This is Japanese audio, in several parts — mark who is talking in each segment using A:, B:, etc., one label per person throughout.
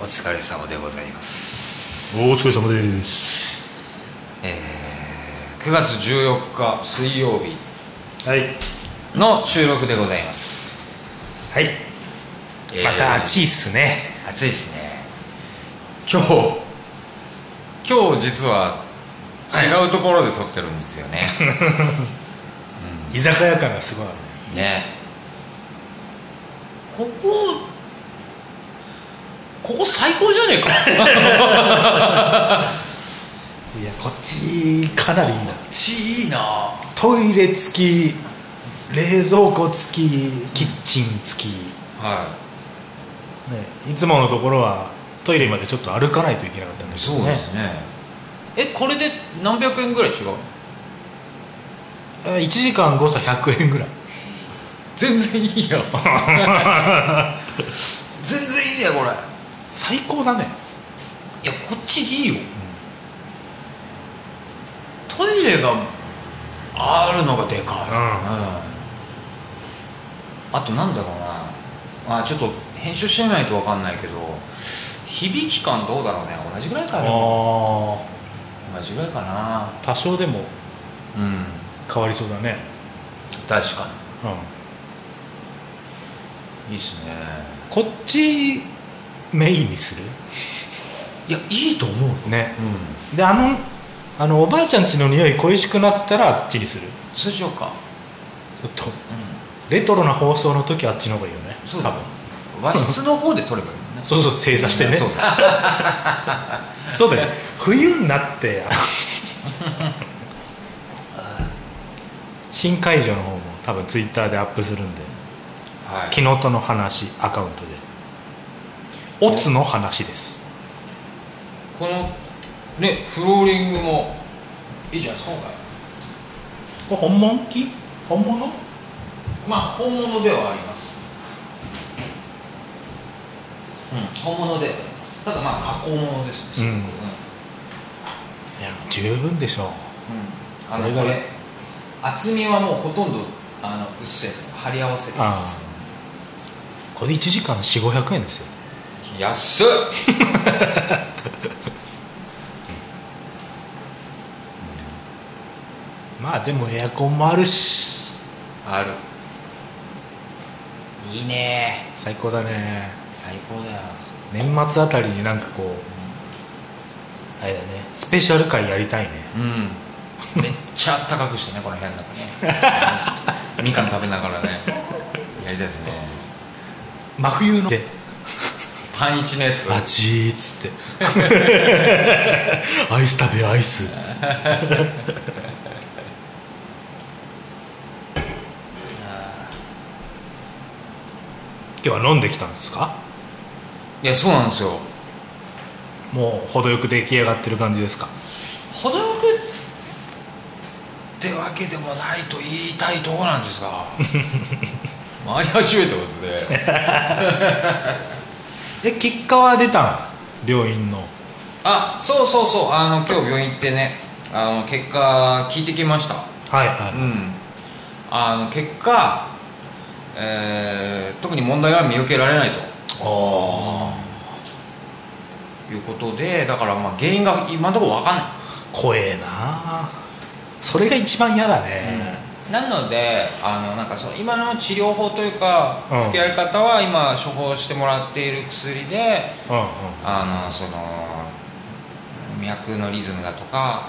A: お疲れ様でございます
B: お疲れ様です
A: えー9月14日水曜日
B: はい
A: の収録でございます
B: はい、
A: えー
B: また暑いっすね
A: 暑いですね
B: 今日
A: 今日実は違うところで撮ってるんですよね
B: 居酒屋感がすごいあるね
A: ねここここ最高じゃね えか
B: いやこっちかなりいいな
A: ちいいな
B: トイレ付き冷蔵庫付きキッチン付き、
A: は
B: ね、いつものところはトイレまでちょっと歩かないといけなかったんで
A: い
B: すけ
A: そう
B: ど
A: で
B: ね
A: すねえこれで何百円ぐらい違う
B: えー1時間誤差100円ぐらい
A: 全然いい よ全然いいねこれ
B: 最高だね
A: いやこっちいいよ、トイレがあるのがでかい、うんあとなんだろうなあちょっと編集してみないと分かんないけど響き感どうだろうね同じぐらいかな
B: あ
A: 同じぐらいかな
B: あ多少でも
A: うん
B: 変わりそうだね
A: 確か
B: うん
A: にいいっすね
B: こっちメインにする
A: いやいいと思うよ
B: ね
A: うん
B: であのあのおばあちゃんちの匂い恋しくなったらあっちにする
A: そうしようか、
B: ちょっと
A: う
B: レトロな放送の時はあっちの方がいいよね
A: ん、そう
B: 多
A: だ
B: 分
A: 和室の方で撮ればいいもんね
B: そうそう正座してね
A: そう
B: そう
A: だ
B: だよね冬にな ってあの新会場の方も多分ツイッターでアップするんで
A: はい
B: 「昨日との話」アカウントで「オツの話」です
A: このねフローリングもいいじゃないですか今回
B: これ本物機本物
A: まあ本物ではありますうん本物ではありますただまあ加工物ですね、
B: うんいや十分でしょ
A: う
B: う
A: んあの
B: これが
A: これ厚みはもうほとんどあの薄いやつ貼り合わせるやつですね
B: これで1時間4500円ですよ
A: 安っ
B: まあでもエアコンもあるし
A: あるいいね
B: 最高だね
A: 最高だよ
B: 年末あたりになんかこうあれだねスペシャル回やりたいね
A: うんめっちゃあったかくしてねこの部屋の中 ねうんみかん食べながらねやりたいですね
B: 真冬ので
A: パンイチのやつ
B: あちーっつって アイス食べアイスっつって今日は飲んできたんですか
A: いやそうなんですよ
B: もう程よく出来上がってる感じですか
A: 程よくってわけでもないと言いたいとこなんです が回り始めてますね
B: え結果は出たん病院の
A: あそうそうそうあの今日病院行ってねあの結果聞いてきました
B: はい
A: うん
B: は
A: あの結果、えー特に問題は見受けられないと
B: いあ
A: いうことでだからまあ原因が今のところ分かんない
B: あ怖えなそれが一番嫌だね、
A: なのであのなんかその今の治療法というか
B: うん
A: 付き合い方は今処方してもらっている薬で
B: うん、うん
A: あのその脈のリズムだとか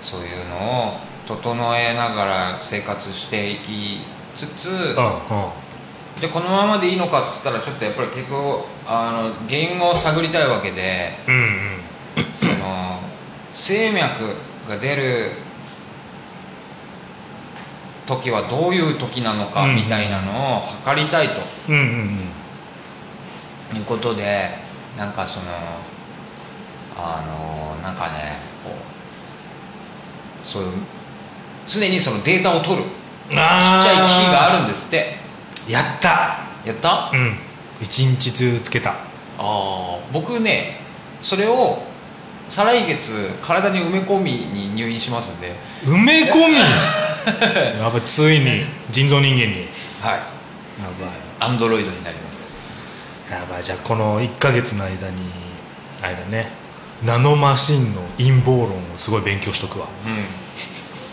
A: そういうのを整えながら生活していきつつ
B: うんうん
A: でこのままでいいのかっつったらちょっとやっぱり結構あの原因を探りたいわけで
B: うんうん
A: その静脈が出る時はどういう時なのか
B: うん
A: みたいなのを測りたいと
B: うんうん
A: いうことでなんかそのあのなんかねこうそういう常にそのデータを取るちっ
B: ちっち
A: ちゃい機器があるんですって
B: やった
A: やったあ
B: うん一日中つけた
A: あ僕ねそれを再来月体に埋め込みに入院しますんで
B: 埋め込 みやばいついに人造人間に
A: はい
B: やばい
A: アンドロイドになります
B: やばいじゃあこの1か月の間にあれだねナノマシンの陰謀論をすごい勉強しとくわ
A: うん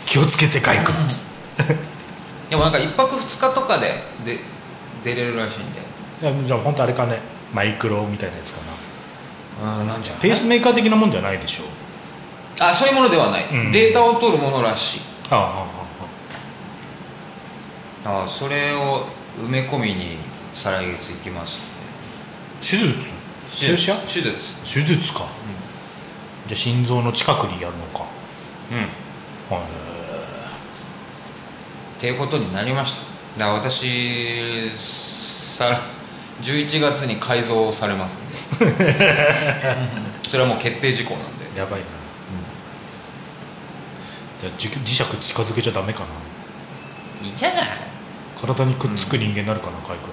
B: 気をつけてかいくっつ
A: でもなんか1泊2日とかでで出れるらしいんで
B: いやじゃあ本当あれかねマイクロみたいなやつかな
A: うんなんじゃない
B: ペースメーカー的なもんじゃないでしょ
A: あそういうものではない、
B: うん
A: データを取るものらしい
B: あああ
A: だからそれを埋め込みに再来月行きます
B: 手術注射
A: 手術
B: 手術か、じゃあ心臓の近くにやるのか
A: うん
B: はい
A: っていうことになりましただから私さ11月に改造され ますんでそれはもう決定事項なんで
B: やばいな、じゃあじ磁石近づけちゃダメかない
A: いじゃない
B: 体にくっつく人間になるかな、カイ君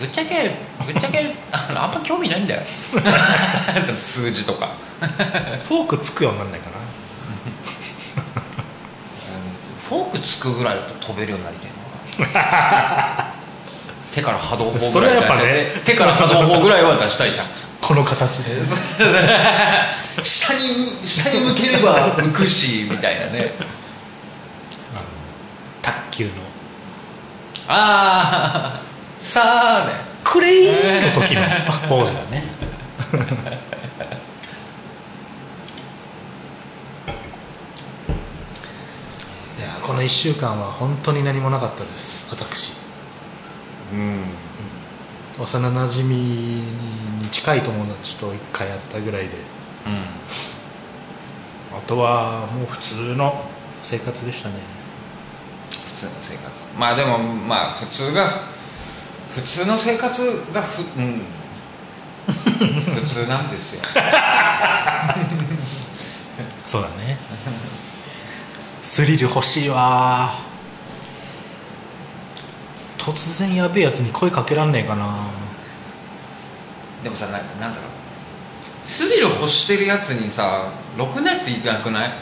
A: ぶっちゃけぶっちゃけあのあんま興味ないんだよ その数字とか
B: フォークつくようになんないかな
A: フォークつくぐらいだと飛べるようになりたいな 手から波動砲
B: そ
A: ぐ
B: れ
A: ら
B: はいや
A: は
B: っ
A: 出
B: ぱ
A: し
B: ね
A: たい、手から波動砲ぐらいは出したいじゃん
B: この形で
A: 下に下に向ければ浮くしみたいなね
B: 卓球の
A: ああさあね
B: クレーンの時のポーズだねいやこの1週間は本当に何もなかったです私
A: うん
B: 幼なじみに近い友達と1回会ったぐらいであとはもう普通の生活でしたね
A: 普通の生活まあでもまあ普通が普通の生活がふ、 うん、普通なんですよ
B: そうだねスリル欲しいわ突然やべえやつに声かけらんねえかな
A: でもさななんだろうスリル欲してるやつにさろくなやついなくない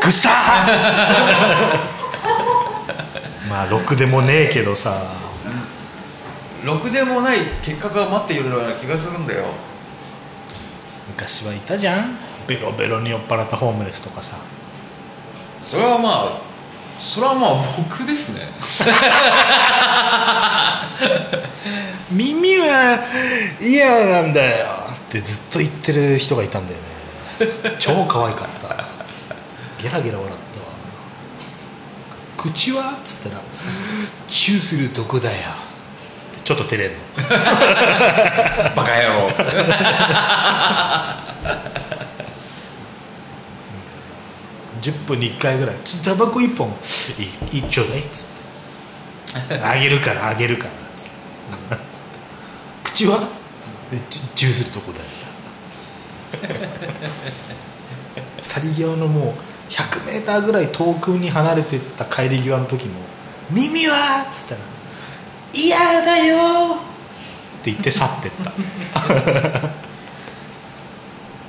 B: ぐさー まあろくでもねえけどさ
A: ろくでもない結果が待っているような気がするんだよ
B: 昔はいたじゃんベロベロに酔っ払ったホームレスとかさ
A: それはまあそれはまあ僕ですね
B: 耳は嫌なんだよってずっと言ってる人がいたん だよね超可愛かったゲラゲラ笑ったわ口はっつったら「チューするとこだよ」ちょっと照れんの
A: バカ野郎
B: 10分に1回ぐらい「ちょタバコ1本いいちょうだい」っつって「あげるからあげるから」つって口はチュチューするとこだよ」去り際のもう 100m ぐらい遠くに離れてった帰り際の時も「耳は?」っつったら「嫌だよ」って言って去ってった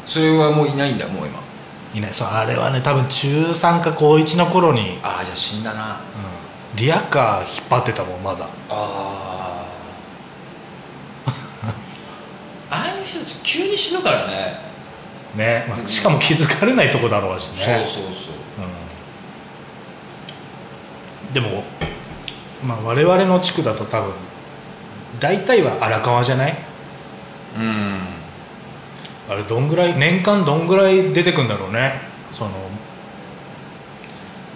A: それはもういないんだもう今
B: いないそうあれはね多分中3か高1の頃に
A: ああじゃあ死んだな
B: うんリアカー引っ張ってたもんまだ
A: ああああいう人たち急に死ぬからね
B: ね、まあしかも気づかれないとこだろうしね
A: そうそうそう
B: うんでも、まあ、我々の地区だと多分大体は荒川じゃない
A: うん
B: あれどんぐらい年間どんぐらい出てくんだろうねその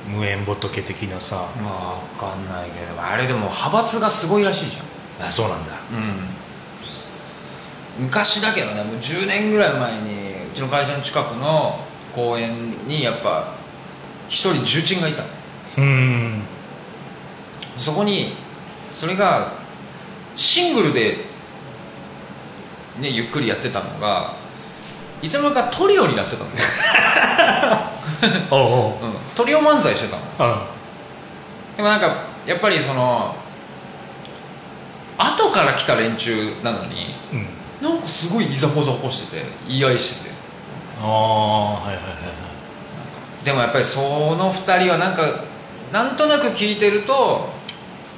B: 無縁仏的なさ、
A: まあ分かんないけどあれでも派閥がすごいらしいじゃ
B: あそうなんだ
A: んうん昔だけどねもう10年ぐらい前にうちの会社の近くの公園にやっぱ一人重鎮がいたの
B: うん
A: そこにそれがシングルで、ね、ゆっくりやってたのがいつの間にかトリオになってたのよ、
B: おうおう
A: うん、トリオ漫才してたの
B: あ
A: でもなんかやっぱりその後から来た連中なのに
B: うん
A: なんかすごいいざこざ起こしてて言い合いしてて
B: ああはいはいはいはい
A: でもやっぱりその2人はなんかなんとなく聞いてると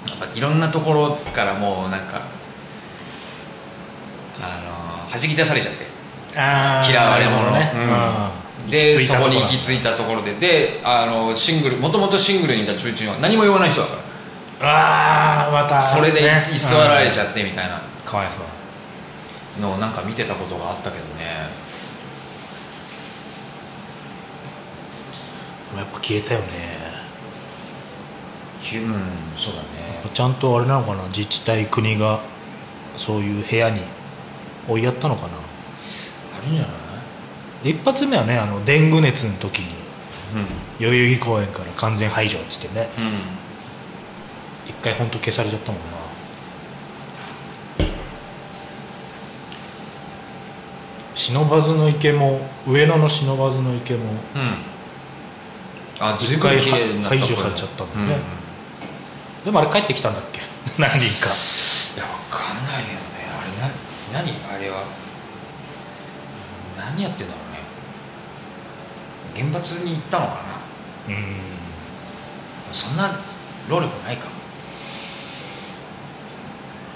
A: なんかいろんなところからもうなんかあの弾き出されちゃって
B: あー
A: 嫌われ者
B: なるほどうん
A: で
B: 行き着い
A: そ
B: たと
A: こ
B: ろ
A: に行き着いたところでであのシングルもともとシングルにいた中心は何も言わない人だから
B: ああまた
A: それで
B: ね
A: 居座られち
B: う
A: ゃってみたいなん
B: かわいそう
A: のをなんか見てたことがあったけどね
B: やっぱ消えたよね
A: きうんそうだね
B: ちゃんとあれなのかな自治体国がそういう部屋に追いやったのかな
A: あるんじゃない
B: 一発目はねあのデング熱の時に代々木公園から完全排除っつってね
A: うん、うん、
B: 一回本当消されちゃったもんな不忍の池も上野の不忍の池も
A: うんあ
B: 一
A: 随分
B: 回
A: 綺麗になった
B: 排除されちゃったもんね
A: うんうん
B: でもあれ帰ってきたんだっけ 何人か
A: いやわかんないよねあれな何あれは何やってんだろうね原発に行ったのか
B: うん
A: なそんな労力ないか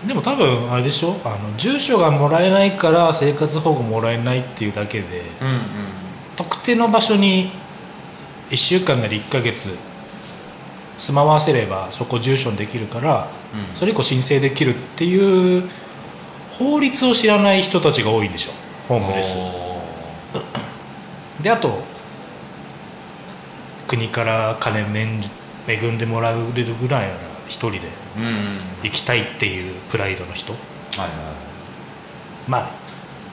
B: でも多分あれでしょあの住所がもらえないから生活保護もらえないっていうだけで
A: うんうん
B: 特定の場所に1週間なり1ヶ月住まわせればそこ住所にできるから
A: うん
B: それ以降申請できるっていう法律を知らない人たちが多いんでしょホームレスであと国から金面恵んでもらえるぐらいなら一人で
A: うんうん
B: 行きたいっていうプライドの人
A: はいはい
B: まあ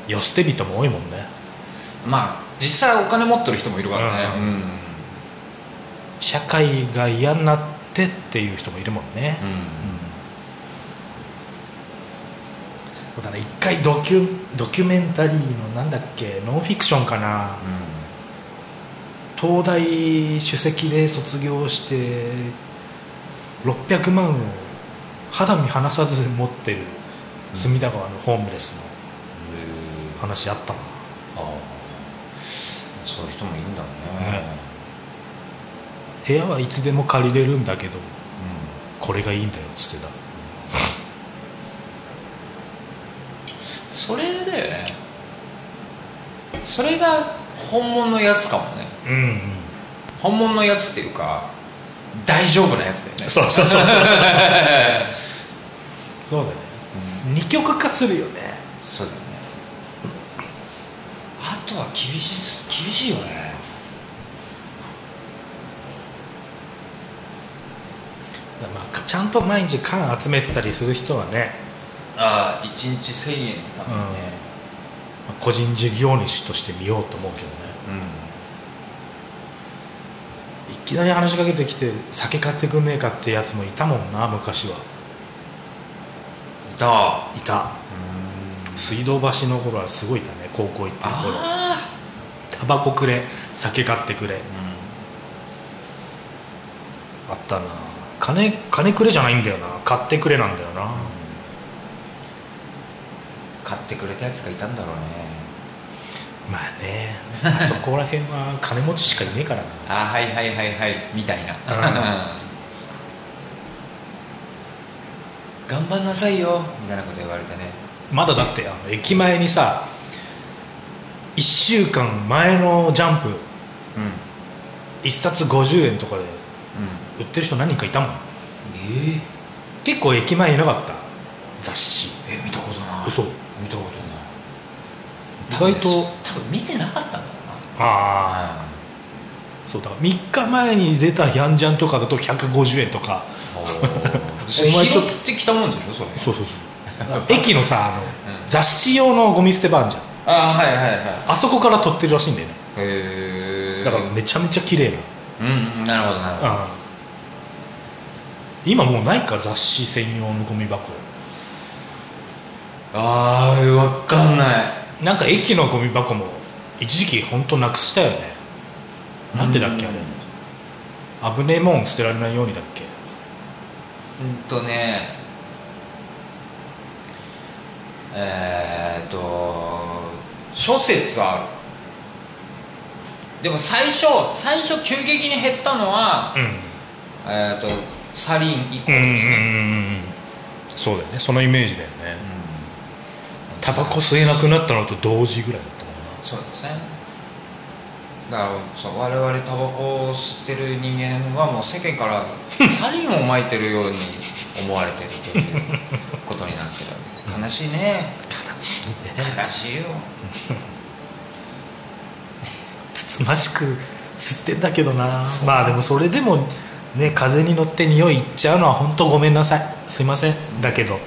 B: 世捨て人も多いもんね
A: まあ実際お金持ってる人もいるからね
B: う
A: うんん、
B: 社会が嫌になってっていう人もいるもんね、そうだね一回ドキュドキュメンタリーのなんだっけノンフィクションかな東大首席で卒業して600万を肌身離さず持ってる隅田川のホームレスの
A: うんへー
B: 話あったな、
A: ああそういう人もいるんだろうね
B: ね部屋はいつでも借りれるんだけ
A: うん
B: どこれがいいんだよっつってた
A: それだよねそれが本物のやつかもね
B: うん、
A: 本物のやつっていうか大丈夫なやつだよね
B: そうそうそう そうだね二極化するよね
A: そうだよねあとは厳しい厳しいよね
B: まあ、ちゃんと毎日缶集めてたりする人はね、
A: ああ1日1000円のた
B: う
A: め
B: ん
A: に
B: ま
A: ね
B: あ個人事業主として見ようと思うけどねいきなり話しかけてきて酒買ってくんねえかってやつもいたもんな昔は
A: うんだ
B: いた水道橋の頃はすごいいたね高校行ってる頃
A: あ
B: タバコくれ酒買ってくれ
A: あ
B: あったな金金くれじゃないんだよな買ってくれなんだよな
A: 買ってくれたやつがいたんだろうね
B: まあねあそこら辺は金持ちしかいねえからな
A: ああはいはいはいはいみたいな 頑張んなさいよみたいなこと言われてね
B: まだだってあの駅前にさ1週間前のジャンプ
A: うんうん
B: 1冊50円とかで売ってる人何人かいたもん
A: ええ
B: 結構駅前いなかった雑誌
A: え見たことない
B: 嘘
A: 見たことない
B: 意外と
A: 多分見てなかったんだろう
B: ああ
A: な
B: そうだから3日前に出たヤンジャンとかだと150円とか
A: お
B: お前
A: 前
B: ち
A: ち
B: ょ
A: ょ
B: っ
A: っ
B: と
A: てきたもんでしょそれ
B: そうそうそう駅のさあの、
A: うん
B: 雑誌用のゴミ捨て場あんじゃん
A: ああはいはいはいへ
B: あそこから撮ってるらしいんだよね
A: え
B: だからめちゃめちゃ綺麗な、
A: うんなるほどなるほど
B: うん今もうないか雑誌専用のゴミ箱
A: ああわかんない
B: なんか駅のゴミ箱も一時期本当なくしたよねなんでだっけあれ
A: う
B: 危ねえもん捨てられないようにだっけ
A: んとねえーっと諸説あるでも最初最初急激に減ったのは
B: うん
A: えー、とサリン以降
B: うんうんうん
A: ですね、
B: うんそうだよねそのイメージだよね
A: うん
B: タバコ吸えなくなったのと同時ぐらいだったもんな
A: そうですねだからそう我々タバコを吸ってる人間はもう世間からサリンをまいてるように思われてるということになってる わけで悲しいね悲しいよ
B: つつましく吸ってんだけどなまあでもそれでもね風に乗って匂いいっちゃうのは本当ごめんなさいすいませんだけど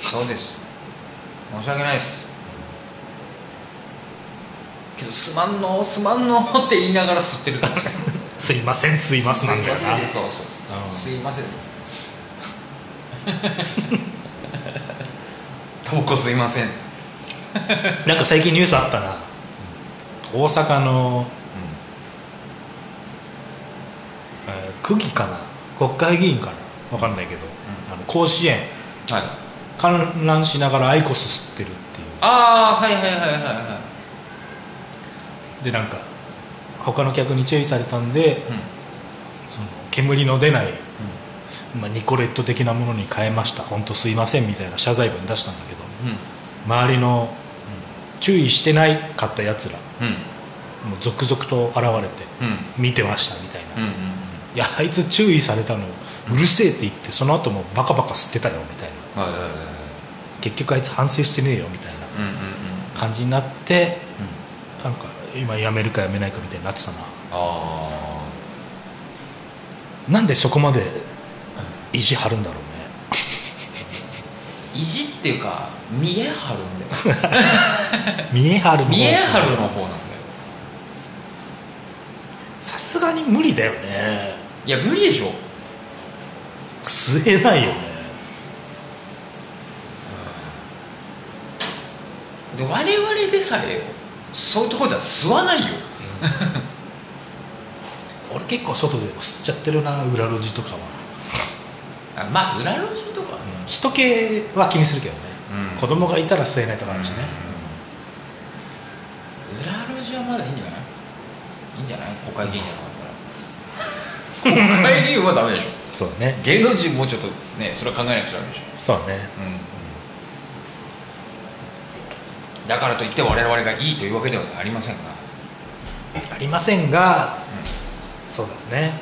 A: そうです申し訳ないですけどすまんのすまんのって言いながら吸ってるんですよ
B: すいませんすいます
A: すい
B: なんだよ
A: ま
B: な
A: せんそうそう
B: うん
A: すいませんタバコすいません
B: なんか最近ニュースあったな大阪の、えー区議かな国会議員かな分かんないけど、あの甲子園
A: はい
B: 観覧しながらアイコス吸ってるっていう
A: ああはいはいはいはいはい
B: でなんか他の客に注意されたんでその煙の出ない、まあ、ニコレット的なものに変えました本当すいませんみたいな謝罪文出したんだけど
A: うんうん
B: 周りの注意してないかったやつら
A: うん
B: もう続々と現れて
A: うん
B: 見てましたみたいな、
A: うんうん
B: いやあいつ注意されたのうるせえって言ってその後もバカバカ吸ってたよみたいな
A: はいはいはいはい
B: 結局あいつ反省してねえよみたいな
A: うんうんうん
B: 感じになって
A: うん
B: なんか今やめるかやめないかみたいになってたな
A: あ
B: なんでそこまで意地張るんだろうね
A: ー意地っていうか見え張るんだよ
B: 見え張るの
A: 見え張るの方なんだよ
B: さすがに無理だよね
A: いや無理でしょ
B: 吸えないよね
A: で我々でさえよそういうところでは吸わないよ
B: 俺結構外で吸っちゃってるな裏路地とかは
A: あまあ裏路地とかはね
B: 人気は気にするけどね、
A: うん
B: 子供がいたら吸えないとかあるしね、
A: 裏路地はまだいいんじゃないいいんじゃない国会議員じゃなかったら 国会議員はダメでしょ
B: そうね
A: 芸能人もうちょっとねそれは考えなくちゃダメでしょ
B: そうね
A: だからといって我々がいいというわけではありませんが
B: ありませんが、そうだよね、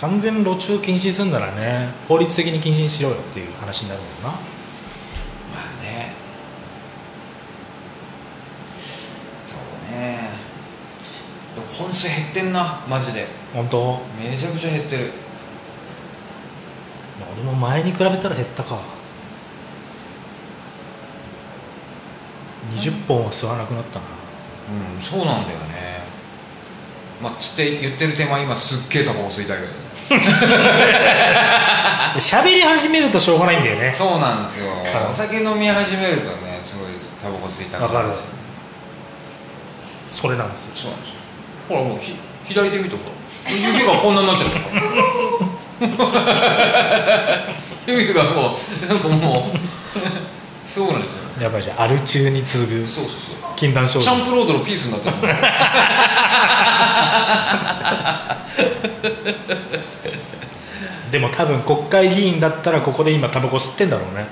B: 完全路中禁止するならね法律的に禁止にしろよっていう話になるもん
A: ま
B: な
A: あねそうねでも本数減ってんなマジで
B: 本当
A: めちゃくちゃ減ってる
B: 俺も前に比べたら減ったか20本は吸わなくなったな
A: うんそうなんだよねまあつって言ってる手前今すっげえタバコ吸いたいけどね
B: 喋り始めるとしょうがないんだよね
A: そうなんですよ
B: ん
A: お酒飲み始めるとねすごいタバコ吸いたくなるんですよ
B: それなんですよ
A: そうなんですよほらもうひ左手見てほら指がこんなになっちゃったから 指がもうなんかもうそうなんですよ
B: やばいじゃんアル中に次ぐ
A: そうそうそう
B: 禁断症
A: チ
B: 状
A: ャンプロードのピースになってる
B: でも多分国会議員だったらここで今タバコ吸ってんだろうね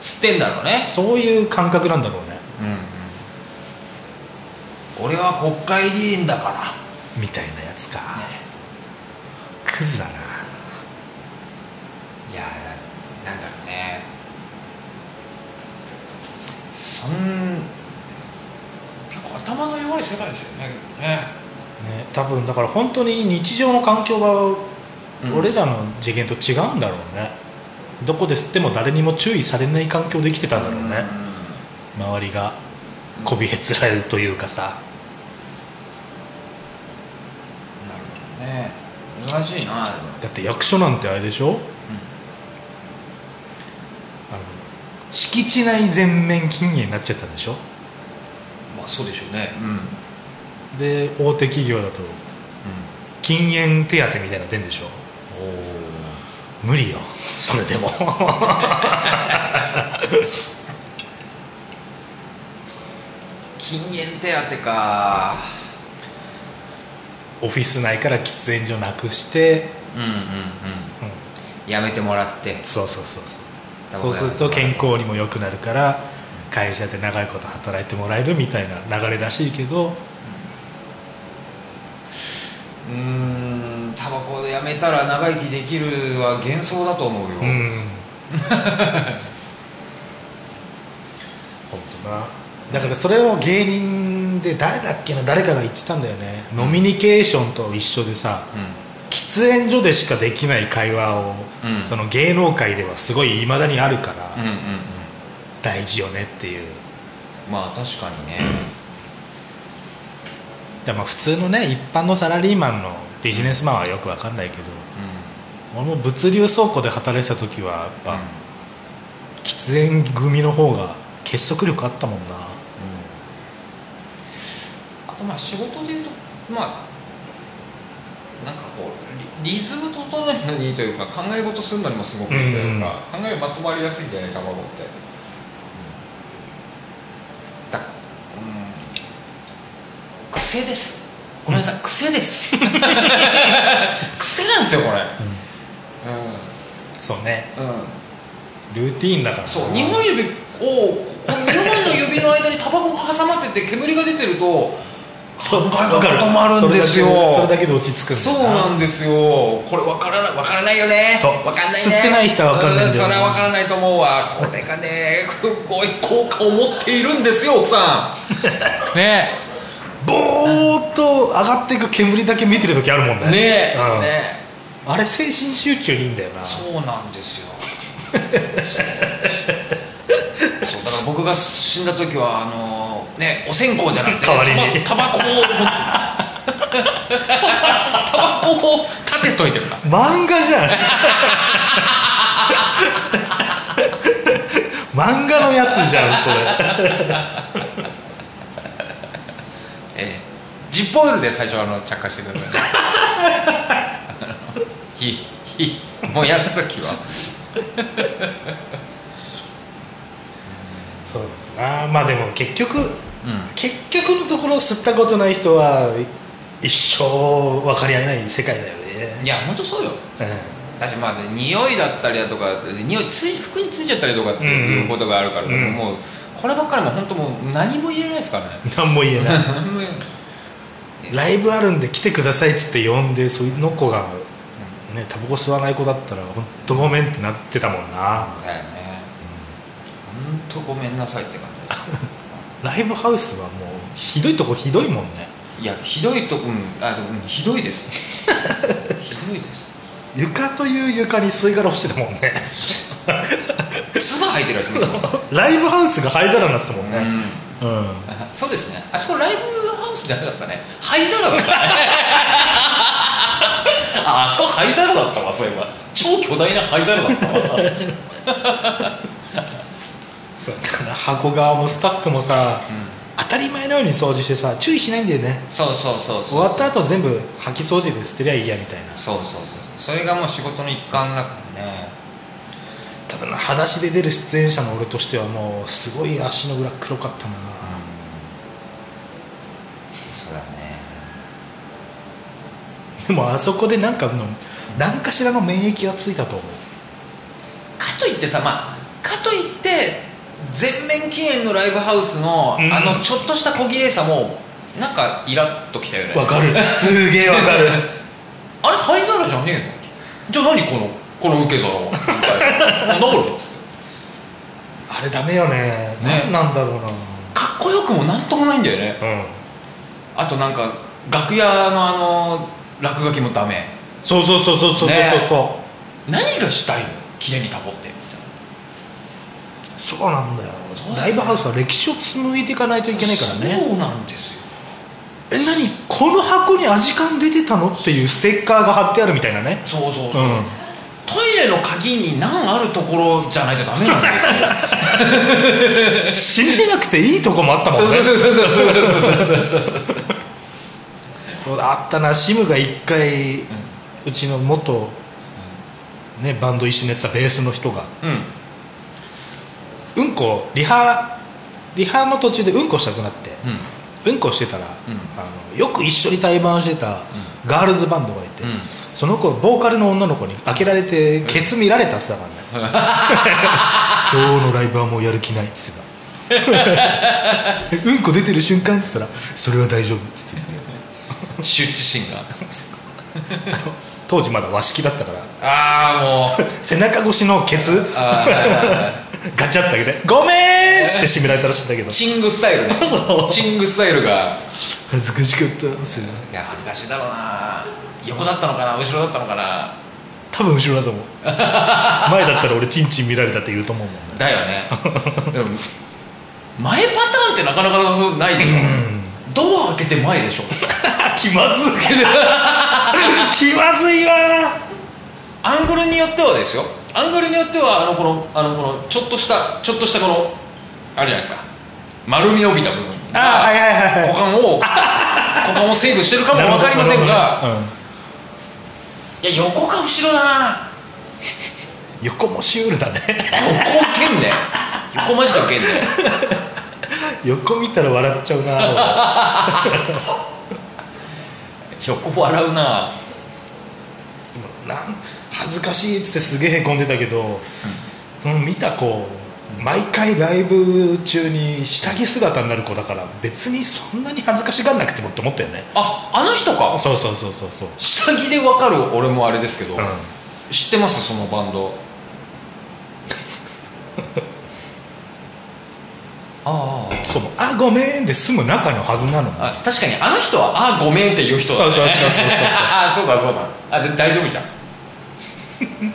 A: 吸ってんだろうね
B: そういう感覚なんだろうね
A: うん、うん、俺は国会議員だから
B: みたいなやつか、クズだない
A: やーなんだろうねそん結構頭の弱い世界ですよねね
B: ね、多分だから本当に日常の環境
A: う
B: が
A: ん
B: 俺らの次元と違うんだろうね、どこで吸っても誰にも注意されない環境できてたんだろうね、周りがこびへつられるというかさ
A: なるほどね難しいなでも
B: だって役所なんてあれでしょ、あの敷地内全面禁煙になっちゃったんでしょ
A: まあそうでしょうね
B: で大手企業だと禁煙手当みたいなの出んでしょ
A: うん、うん、
B: 無理よ それでも
A: 禁煙手当か
B: オフィス内から喫煙所なくして
A: うんうん
B: う
A: う
B: ん、
A: んやめてもらって
B: そうそうそうそう
A: タバ
B: そ
A: コ
B: うすると健康にも良くなるから会社で長いこと働いてもらえるみたいな流れらしいけど
A: うーんタバコでやめたら長生きできるは幻想だと思うよ、、
B: うんん 本当なだからそれを芸人で誰だっけな誰かが言ってたんだよね、
A: うん
B: ノミニケーションと一緒でさ喫煙所でしかできない会話を、
A: うん
B: その芸能界ではすごいいまだにあるから、
A: うんうんうん
B: 大事よねっていう
A: まあ確かにね
B: でまあ普通のね一般のサラリーマンのビジネスマンはよくわかんないけど俺も物流倉庫で働いてた時はやっ
A: うん、
B: ぱ、
A: うん
B: 喫煙組の方が結束力あったもんな
A: あとまあ仕事でいうとまあなんかこうリリズム整えるのにいいというか考え事するのにもすごくいいというか、考えまとまりやすいんじゃない卵って、だうん癖ですごめんなさい、癖です 癖なんですよこれ
B: そうね
A: うん、うん
B: ルーティーンだからな
A: そう2本指をこの2本の指の間にタバコが挟まってて煙が出てると
B: そ
A: 考
B: う
A: えが
B: わか
A: 止まるんですよ
B: それだけでそれだけで落ち着くんだ
A: そうなんですよこれ分からない分からないよね
B: そう
A: 分かんないね
B: 吸ってない人は分かんないんだよ
A: うそれは分からないと思うわこれがね すごい効果を持っているんですよ奥さん ね
B: ぼーっと上がっていく煙だけ見てる時あるもん
A: え
B: ね
A: ねえ、
B: うん
A: ね
B: あれ精神集中にいいんだよな
A: えそうなんですよそうだから僕が死んだ時はあのね、お線香じゃなくて
B: 代わりに
A: タバタバコをタバコを立てといてください
B: 漫画じゃん漫画のやつじゃんそれ
A: ええ、ジッポールで最初あの着火してくださいあの 火火燃やす時は
B: そうだなまあでも結局、
A: ん
B: 結局のところ吸ったことない人はい一生分かり合えない世界だよね
A: いや本当そうよ
B: う
A: だしまあ匂いだったりだとか匂いつい服についちゃったりとかっていうことがあるから、
B: うんうん
A: もうこればっかりもう本当もう何も言えないですからね
B: ん何も言えない
A: 何も言えない
B: ライブあるんで来てくださいっつって呼んでその子が、ね、タバコ吸わない子だったら本当ごめんってなってたもんな
A: だよね本当ごめんなさいって感
B: ライブハウスはもうひどいとこひどいもんね
A: じいやひどいとうんあでもうんひどいです ひどいです
B: 床という床に吸い殻落ちてたもんね
A: 唾吐いてるやつ見たことない
B: ライブハウスが灰皿になってたもんね
A: うん
B: うん、
A: あそうですねあそこライブハウスじゃなかったね灰皿だったね ああそこ灰皿だったわそういえば超巨大な灰皿だったわ
B: そうだから箱側もスタッフもさ、当たり前のように掃除してさ注意しないんだよね
A: そうそうそうそう
B: 終わった後全部掃き掃除で捨てりゃいいやみたいな
A: そうそうそうそれがもう仕事の一環だからね
B: ただな裸足で出る出演者の俺としてはもうすごい足の裏黒かったもんな
A: そうだね
B: でもあそこでなんかの何かしらの免疫はついたと思う
A: かといってさまあかといって全面禁煙のライブハウスの、
B: うん
A: あのちょっとした小綺麗さもなんかイラッときたよね
B: わ かるすげえわかる
A: あれ灰皿じゃねえのじゃあ何このこの受け皿はみたいな なんだこれっつって
B: あれダメよね
A: ね
B: 何なんだろうな
A: かっこよくもなんともないんだよね
B: うん
A: あとなんか楽屋のあの落書きもダメ
B: そうそうそうそうそうそう
A: ね
B: そ
A: 何がしたいの綺麗にタボってみたいう
B: そうなんだよ
A: そうだよ
B: ライブハウスは歴史を紡いでいかないとい
A: な
B: けないからね
A: そうなんですよ
B: え何この箱にアジカン出てたのっていうステッカーが貼ってあるみたいなね
A: そうそう
B: う
A: そう、
B: ん
A: トイレの鍵に何あるところじゃないとダメなんですよ
B: 死んでなくていいとこもあったもんね
A: うそうそう
B: あったなシムが一回、うちの元、ね、バンド一緒にやってたベースの人が
A: ん
B: うんこリハリハの途中でうんこしたくなって
A: うん
B: うんこしてたら、
A: ん
B: あのよく一緒に対バンしてたガールズバンドがいて、
A: うん
B: その子ボーカルの女の子に開けられてケツ見られたっつってた からね今日のライブはもうやる気ないっ つってたうんこ出てる瞬間っつったらそれは大丈夫っつって
A: 羞恥心が
B: 当時まだ和式だったから
A: ああもう
B: 背中越しのケツ
A: あーはいはいは
B: ガチャって開けて「ごめん!」っつって締められたらしいんだけど
A: いチングスタイルね
B: そう
A: チングスタイルが
B: 恥ずかしかったんすよ
A: いや恥ずかしいだろうな横だったのかな後ろだったのかな
B: 多分後ろ だと思う前だったら俺チンチン見られたって言うと思うもんね
A: だよねでも前パターンってなかなかそうないでしょ、ドア開けて前でしょ
B: 気まずい 気まずいわ
A: アングルによってはですよアングルによってはあのこのあのこのちょっとしたちょっとしたこのあるじゃないですか丸みを帯びた部分
B: あはいはいはいはい
A: 股間を股間をセーブしてるかも分かりませんが、
B: なるほどね
A: いや横か後ろだな
B: うん横もシュールだね
A: 横けんね横マジでけんね
B: 横見たら笑っちゃうな
A: 横笑うな
B: なん恥ずかしいっつってすげえへこんでたけど、その見た子毎回ライブ中に下着姿になる子だから別にそんなに恥ずかしがんなくてもって思ったよね
A: ああの人か
B: そうそうそうそうそう、
A: 下着で分かる俺もあれですけど、
B: う
A: 知ってますそのバン ドあ
B: ん、そうあごめんで済む中のはず なのに
A: ああ確かにあの人は「あーごめん」って言う人だね
B: そうそうそうそうそう
A: あーそうだそうだあで大丈夫じゃん、ね、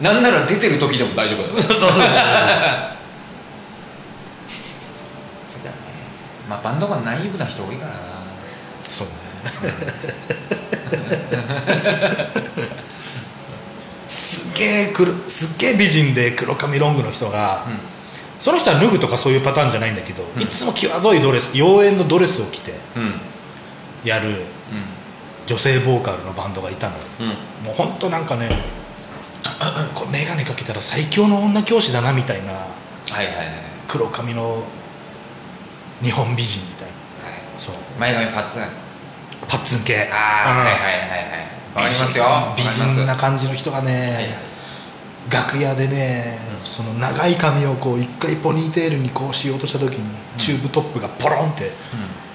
A: なんなら出てる時でも大丈夫だよそう
B: そうそうそう
A: だねまあバンドがナイーブな人多いからな
B: そうねすげえ黒すっげえ美人で黒髪ロングの人が、
A: ん
B: その人は脱ぐとかそういうパターンじゃないんだけど、いつも際どいドレス妖艶のドレスを着て
A: うん
B: やる女性ボーカルのバンドがいたの、
A: うんうん
B: もうほんとなんかねあこう眼鏡かけたら最強の女教師だなみたいな
A: はいはいはい、はい、
B: 黒髪の日本美人みたいなそう
A: 前髪パッツンあ
B: パッツン系
A: あー、
B: うん
A: はいはいはいはいわかりますよ
B: 美
A: わかり
B: 人
A: ま
B: な
A: す
B: 感じの人がね、
A: はいはい
B: 楽屋でね、その長い髪をこう一回ポニーテールにこうしようとした時に、チューブトップがポロンって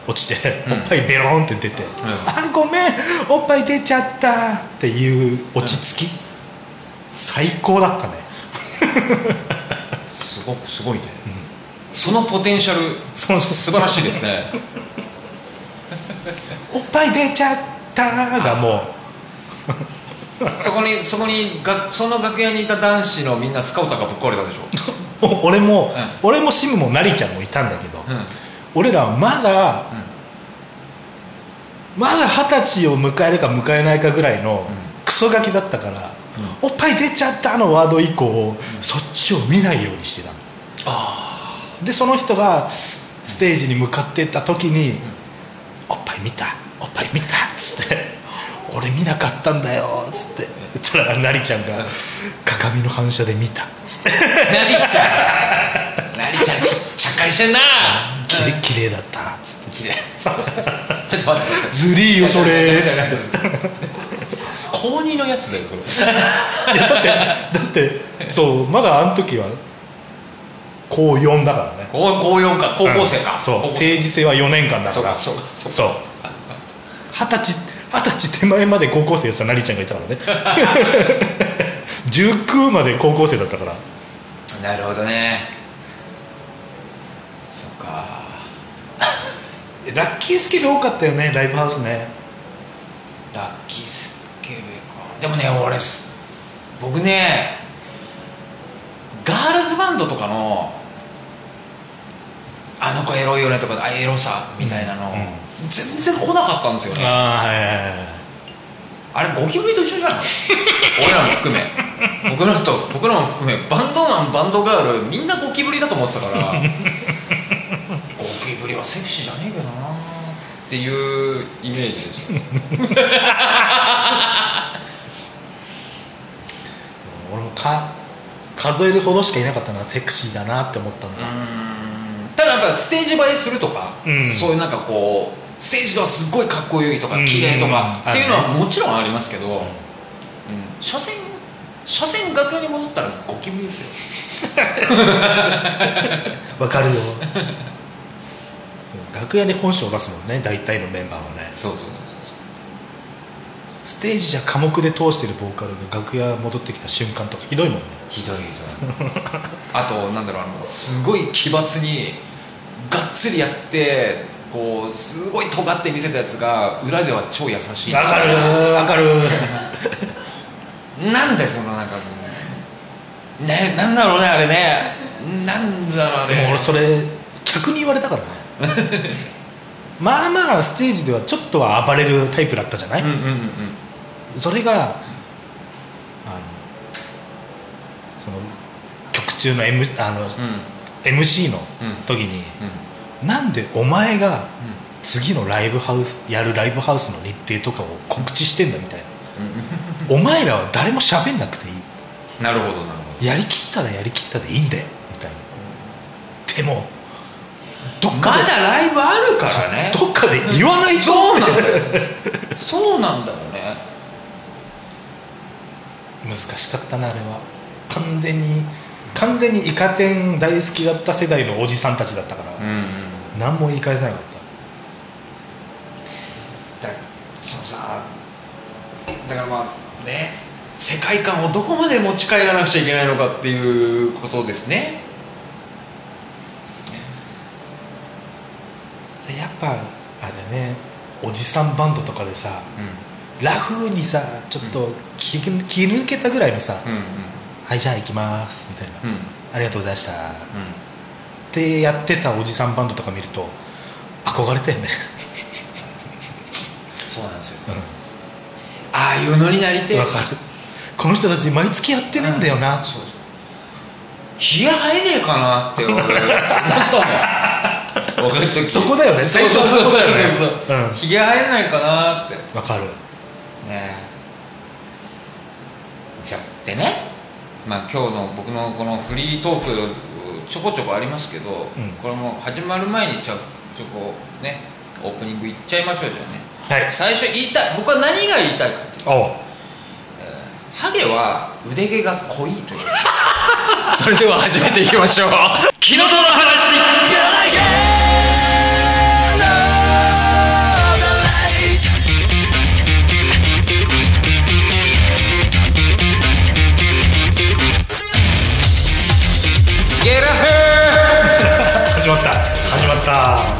B: 落ちて、
A: うん
B: おっぱいベロンって出て「あごめんおっぱい出ちゃった」っていう落ち着き、最高だったね
A: すごくすごいね、そのポテンシャル
B: そう
A: 素晴らしいですね
B: おっぱい出ちゃったがもう
A: そこにそこにがその楽屋にいた男子のみんなスカウターがぶっ壊れたでしょ、
B: お俺
A: う
B: も、俺もシムもナリちゃんもいたんだけど、
A: うん
B: 俺らはまだ、まだ二十歳を迎えるか迎えないかぐらいのクソガキだったから、おっぱい出ちゃったのワード以降、そっちを見ないようにしてたのでその人がステージに向かってった時に「おっぱい見たおっぱい見た」っつって「俺見なかったんだよ」っつってそしたらナリちゃんが「鏡の反射で見た」っつって
A: なりちゃんなりちゃんちゃっかりしてんな
B: 「きれ綺麗だった」っつって
A: 綺麗ちょっと待って
B: 「ずりーよそれ」 っつって
A: 高2のやつだよそれ
B: いやだってだってそうまだあの時は高4だからね
A: 高高4か高校生か、
B: うん
A: 高
B: そう
A: 校生
B: 定時制は4年間だ
A: そ
B: か
A: うからそうかそうか
B: そう二十歳二十歳手前まで高校生やってたなりちゃんがいたからね19まで高校生だったから
A: なるほどねそっか
B: ラッキースケベ多かったよねライブハウスね
A: ラッキースケベかでもね俺す僕ねガールズバンドとかのあの子エロいよねとかあエロさみたいなの、
B: うんうん
A: 全然来なかったんですよね
B: ああはいはいはい
A: あれゴキブリと一緒じゃない 俺らも含め僕らと僕らも含めバンドマンバンドガールみんなゴキブリだと思ってたから ゴキブリはセクシーじゃねえけどなっていうイメージでした
B: 俺もか数えるほどしかいなかったなセクシーだなって思ったんだ、
A: うーんただやっぱステージ映えするとか、
B: うん
A: そういうなんかこうステージがすごいかっこいいとか
B: うん
A: 綺麗とか、
B: うん
A: っていうのはもちろんありますけど、うん所詮所詮楽屋に戻ったらゴキブリですよ
B: わかるよ 楽屋で本性を出すもんね大体のメンバーはね
A: そうそうそう
B: ステージじゃ寡黙で通してるボーカルが楽屋戻ってきた瞬間とかひどいもんね
A: ひどいひ どいあとなんだろうあのすごい奇抜にがっつりやってこうすごい尖って見せたやつが裏では超優しい
B: わかるわかる
A: なんだよそのなんかねなんだろうねあれねなんだろうね
B: でも俺それ客に言われたからねまあまあステージではちょっとは暴れるタイプだったじゃない、
A: うんうんうんうん
B: それがあのその曲中の,、M あの
A: うん
B: MC の時に、なんでお前が
A: う
B: 次のライブハウスやるライブハウスの日程とかを告知してんだみたいな
A: んうん
B: お前らは誰も喋んなくてい
A: なるほどなるほ
B: いやりきったらやりきったでいいんだよみたいなでもど
A: ど
B: っかで、
A: ライブあるからね
B: どっかで言わないぞ
A: そうなんだよ そうなんだよね
B: 難しかったなあれは完全に完全にイカ天大好きだった世代のおじさんたちだったから、
A: うんうん
B: 何も言い返せなかっ
A: だそのさだからまあね世界観をどこまで持ち帰らなくちゃいけないのかっていうことですね
B: たでやっぱあれねおじさんバンドとかでさ
A: う
B: ラフにさちょっと気,、気抜けたぐらいのさ
A: ん
B: 「
A: うん
B: はいじゃあ行きます」みたいな、
A: うん
B: ありがとうございました」ってやってたおじさんバンドとか見ると憧れたよね、
A: そうなんですよ
B: うん
A: ああいうのになりてえ
B: わかるこの人たち毎月やってねえんだよな、
A: そうそう冷や入ねえかな って俺なったもん分かる
B: そこだよね
A: 最初はそうそうそうそう
B: だよね
A: 冷や入れないかなって
B: わかる
A: ねえじゃでね、まあ、今日の僕のこのフリートークちょこちょこありますけど、
B: ん
A: これも始まる前にちょちょこねオープニングいっちゃいましょうじゃあ
B: はい
A: ね最初言いたい僕は何が言いたいか
B: おう
A: ハゲは腕毛が濃いという それでは始めていきましょう気のの話ゲラフ
B: 始まった始まったは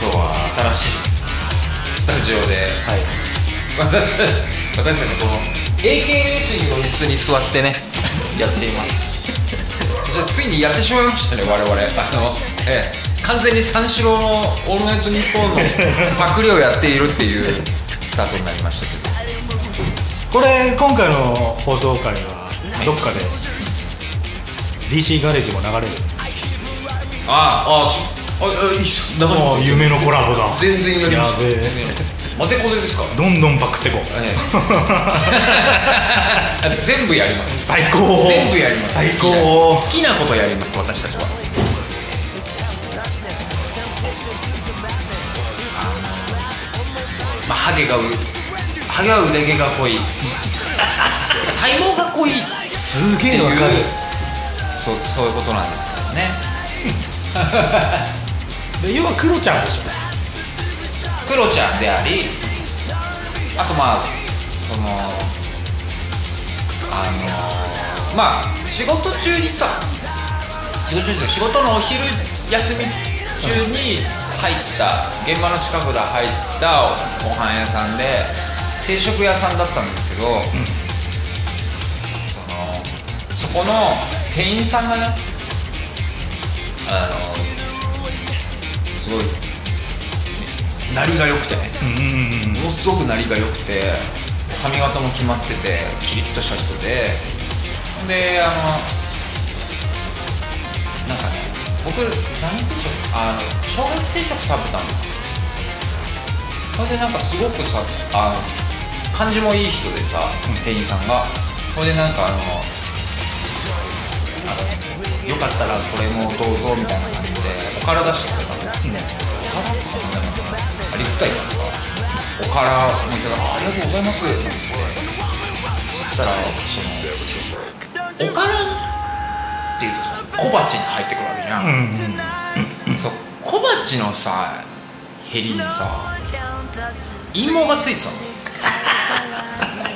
A: 今日は新しいスタジオで
B: い
A: 私たち私たちこの AK レーシングの椅子に座ってねやっていますそしてついにやってしまいましたね我々あの、ええ、完全に三四郎の「オールナイトニッポン」のパクリをやっているっていうスタートになりましたけ
B: これ今回の放送回はどっかで DC ガレージも流れる
A: どああああああいいっす長
B: もう夢のコラボだ
A: 全然やります
B: やべえ
A: 混ぜこぜですか
B: どんどんパクってこう
A: ええ 全部やります
B: 最高
A: 全部やります
B: 最
A: 好きな
B: 高
A: 好きなことやります私たちはまあハゲがうハゲは腕毛が濃い 体毛が濃いって
B: すげ
A: い
B: え
A: う
B: わかる
A: そうそういうことなんですけどね
B: で要はクロちゃんでし
A: クロちゃんでありあとまあそのあのまあ仕事中にさ仕事中ですよ仕事のお昼休み中に入った現場の近くで入ったご飯屋さんで定食屋さんだったんですけど、そのそこの店員さんがねあのすごい鳴りが良くてね
B: ょうんうんうん
A: ものすごく鳴りが良くて髪型も決まっててキリッとした人でであのなんかね僕何定食あの小学定食食べたのそれでなんかすごくさあの感じもいい人でさ、店員さんがそれでなんかあのあのよかったらこれもどうぞみたいな感じでおからだしって感じありがたいからさおからもいただあありがとうございますなんですよそしたらそのおからっていうとさ小鉢に入ってくるわけじゃ、
B: うんんうん
A: そう小鉢のさヘりにさ陰謀がついてたの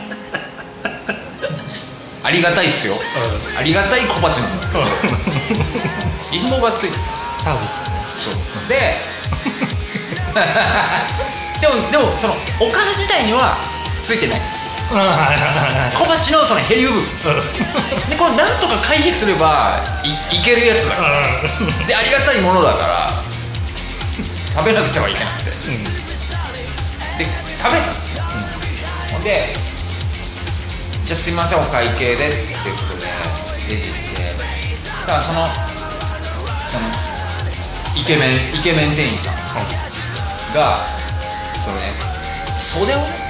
A: ありがたいっすよ、ありがたい小鉢なんですけど陰謀がついてた
B: サービスだね
A: そうで でもでもそのお金自体にはついてない
B: うんはいはい
A: 小鉢のそのヘリ部分
B: はいはい
A: でこれなんとか回避すればいいけるやつだ
B: うん
A: でありがたいものだから食べなくてはいけなくて、で食べたんですよ、ほんで「じゃあすいませんお会計で」ってことでレジ行ってさあそのそのイケメンイケメン店員さんがそのね袖をね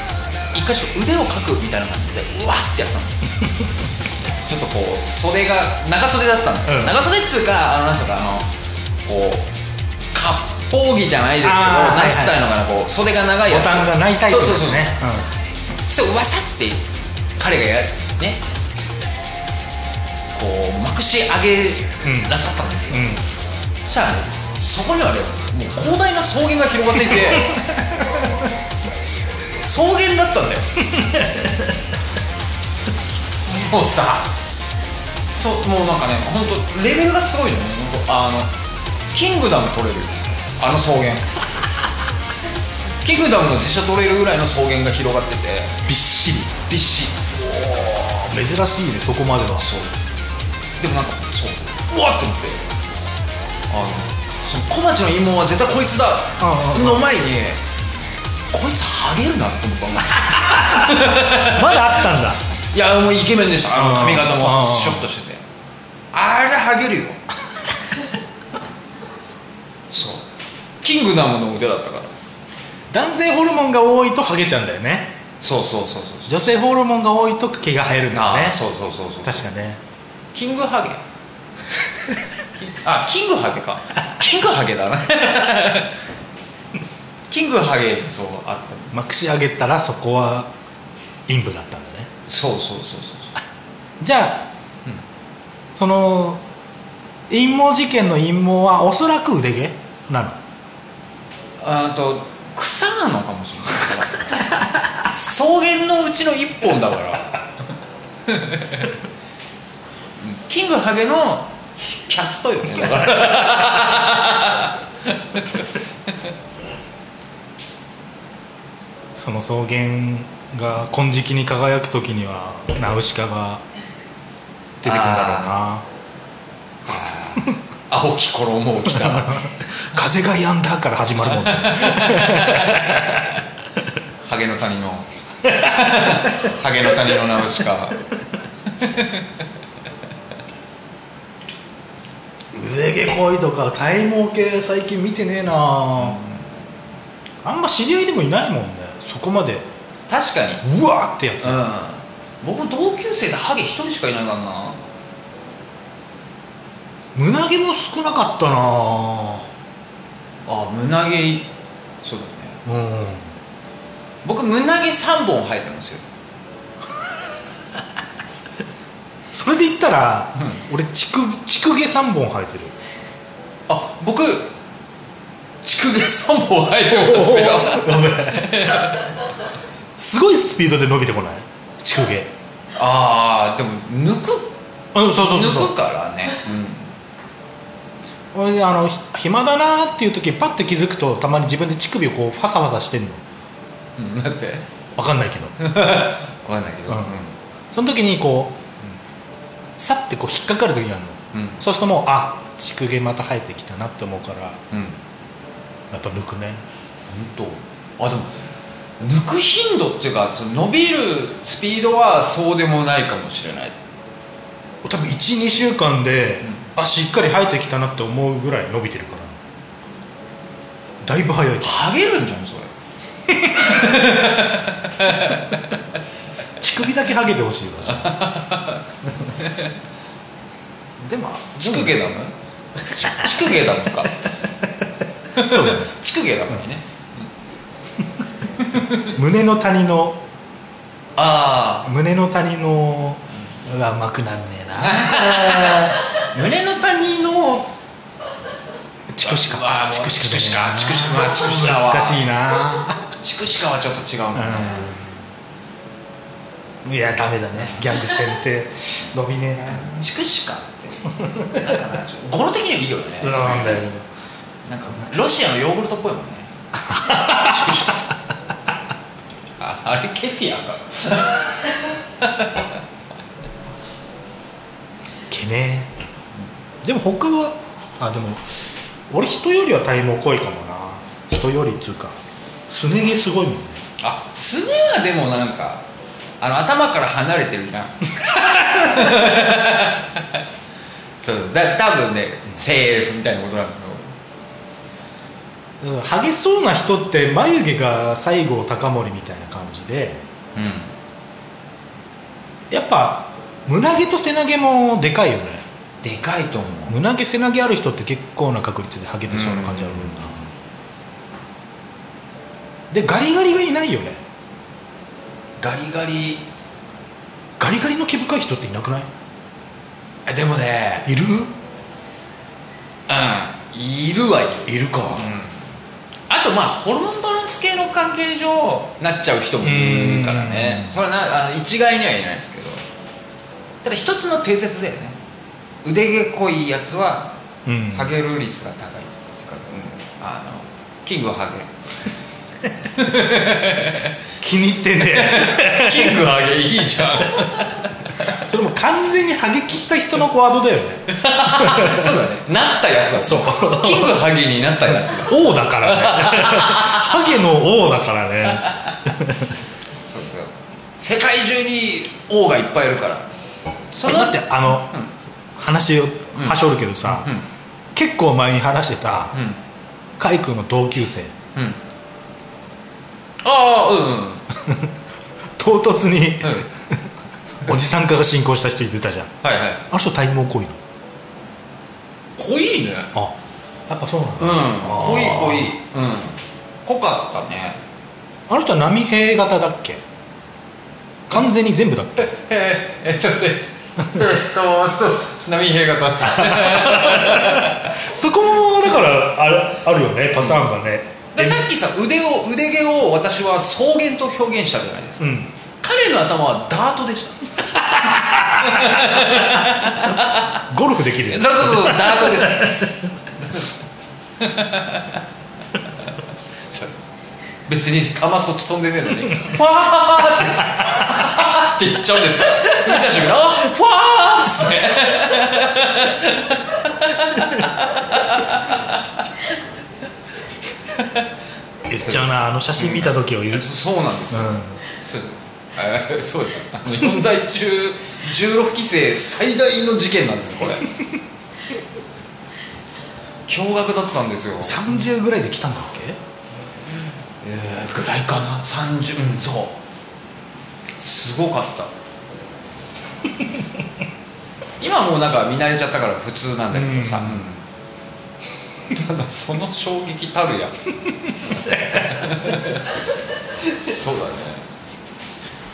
A: 一箇所腕をかくみたいな感じでうわってやったの ちょっとこう袖が長袖だったんですけど、
B: うん
A: 長袖っつうかあのなんつうかあのこう割烹着じゃないですけど
B: あー
A: なんつったらいいのかな、こう袖が長いや
B: ボ
A: つ
B: タンがないタイプで
A: そうそう
B: す
A: そう
B: ね
A: そうわさって彼がやねこうまくし上げなさったんですよ、
B: うんうん
A: そしたらねそこにはねもう広大な草原が広がっていて草原だったんだよもうさそうもうなんかね本当レベルがすごいのねほんとあのキングダム取れるあの草原キングダムの実写取れるぐらいの草原が広がってて
B: びっしり
A: びっしり
B: 珍しいねそこまでは
A: そうでもなんかそううわっと思ってあのその小町の陰謀は絶対こいつだ
B: うんうん
A: の前にこいつハゲるなって思 ったの
B: まだあったんだ
A: いやもうイケメンでしたあの髪型も
B: うんうん
A: ショッとしててあれハゲる よそうキングダムの腕だったから
B: 男性ホルモンが多いとハゲちゃうんだよね
A: そうそうそうそう
B: 女性ホルモンが多いと毛が生えるんだよ
A: あ
B: ね
A: あそうそうそうそう
B: 確かね
A: キングハゲあキングハゲかキングハゲだなキングハゲそうあった
B: まくし上げたらそこは陰部だったんだね
A: そうそうそうそう
B: じゃあ、その陰謀事件の陰謀はおそらく腕毛なの
A: あと草なのかもしれないだから草原のうちの一本だからキングハゲのキャストよねだから
B: その草原が金色に輝く時にはナウシカが出てくるんだろうな
A: 青き衣を着た
B: 「風が止んだ」から始まるもんね
A: ハゲの谷のハゲの谷のナウシカ
B: 腕毛濃いとか体毛系最近見てねえなあんま知り合いでもいないもんねそこまで
A: 確かに
B: うわーってやつ、
A: うん僕同級生でハゲ一人しかいないからな
B: 胸毛も少なかったな
A: あ胸毛そうだね
B: うん
A: 僕胸毛3本生えてますよ
B: それで言ったら、俺ちく乳毛3本生えてる
A: あ僕乳首3本生えてますよ
B: ごめんすごいスピードで伸びてこない乳毛
A: ああでも抜く
B: うんそうそうそうそう
A: 抜くからね、
B: 俺ねあのひ暇だなーっていう時パッて気づくとたまに自分で乳首をこうファサファサしてんの
A: うんうん、だって
B: わかんないけど
A: 分かんないけど
B: う
A: うんん、
B: その時にこうさってこう引っかかる時があるの、
A: うん
B: そうするともうあ乳毛また生えてきたなって思うからや
A: うん、
B: っぱ抜くね
A: 本当あでも抜く頻度っていうかその伸びるスピードはそうでもないかもしれない
B: 多分12週間で、あしっかり生えてきたなって思うぐらい伸びてるからだいぶ早い
A: ハゲるんじゃんそれ
B: 乳首だけハゲてほしい わでも
A: 乳毛だもん乳毛だもんか
B: そうだね
A: 乳首はダメね、
B: 胸の谷の
A: あ
B: 胸の谷のがうまくなんね えな
A: あ胸の谷の
B: チクシカ
A: あー
B: チクシカじゃねえな
A: チクシカチクシカまあチクシカは
B: 難しいな
A: 地区しかはちょっと違うもんね、
B: うんいやダメだねギャグ戦って伸びねえな
A: チクシカってなんかなちょっと語呂的にはいいよね
B: そうなんだよ
A: なんかロシアのヨーグルトっぽいもんね チクシカああれケフィアか
B: けねでも他はあでも俺人よりは体毛濃いかもな人よりっつうかすね毛すごいもんね
A: あすねはでもなんかあの頭から離れてるじゃんそうだ多分ねセーフみたいなことなんだけど
B: ハゲそうな人って眉毛が西郷隆盛みたいな感じで
A: うん
B: やっぱ胸毛と背中もでかいよね
A: でかいと思う
B: 胸毛背中ある人って結構な確率でハゲてそうな感じあるもんなでガリガリがいないよね
A: ガリガリ
B: ガリガリの毛深い人っていなくない
A: あでもね
B: いる
A: うんいるはいる
B: いるか
A: あとまあホルモンバランス系の関係上なっちゃう人もいるからね
B: うん
A: それはなあの一概には言えないですけどただ一つの定説だよね腕毛濃いやつは
B: うん、
A: ハゲる率が高いっていうか、うん、あのキング ハゲ
B: 気に入ってんね
A: キングハゲいいじゃん
B: それも完全にハゲ切った人のワードだよね
A: そうだねなったやつだ
B: そう
A: キングハゲになったやつだ
B: 王だから ねハゲの王だからね
A: そうだよ世界中に王がいっぱいいるからそ
B: それ
A: の
B: だってあの、話をはしょるけどさ、
A: うん
B: 結構前に話してた
A: うん
B: 海君の同級生
A: うんああうんうん
B: 唐突に、
A: うん
B: おじさん化が進行した人いてたじゃん
A: はいはい
B: あの人体毛濃いの
A: 濃いね
B: あやっぱそうなん
A: うん
B: だ、
A: 濃い濃いうん濃かったね
B: あの人は波平型だっけ完全に全部だっけ
A: ええっとねえっとそう波平型
B: そこもだからあれあるよねパターンがね、
A: でさっきさ腕を腕毛を私は草原と表現したじゃないですか、
B: うん
A: 彼の頭はダートでした
B: ゴルフできるやつ
A: そうそうそうダートでしたそう別に玉そっち飛んでねえのにファーってって言っちゃうんですから見た瞬間あファーって
B: 言っちゃうなあの写真見た時を言う、うん、
A: そうなんですよ、そうですえーそうですあの4代中16期生最大の事件なんですこれ驚愕だったんですよ
B: 30ぐらいで来たんだっけ
A: えーぐらいかな30うんそうすごかった今もうなんか見慣れちゃったから普通なんだけどさ、ただその衝撃た るやそうだね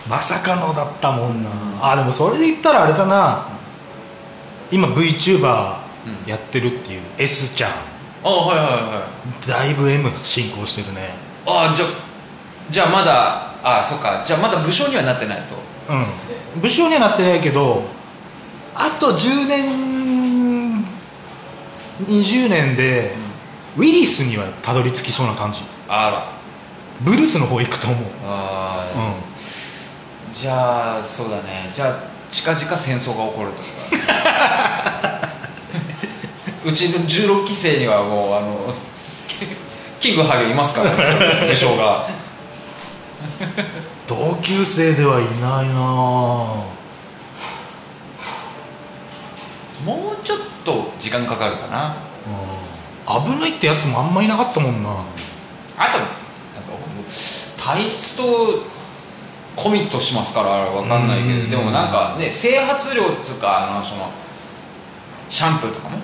B: まさかのだったもんな、あでもそれで言ったらあれだな今 VTuber やってるっていう S ちゃん
A: あはいはいはい
B: だいぶ M 進行してるね
A: ああじゃじゃあまだあそっかじゃあまだ武将にはなってないと
B: うん武将にはなってないけどあと10年20年で、ウィリスにはたどり着きそうな感じ
A: あ
B: ブルースの方行くと思う、
A: らあー、
B: う
A: じゃあそうだねじゃあ近々戦争が起こるとか うちの16期生にはもうあのキングハゲいますから武将が
B: ん、同級生ではいないなあ
A: もうちょっと時間かかるかな
B: 危ないってやつもあんまいなかったもんな
A: あとなんかもう体質とコミットしますからわかんないけ
B: うんうんう
A: ど
B: ん
A: でもなんかね整髪量っつうかあのそのシャンプーとかも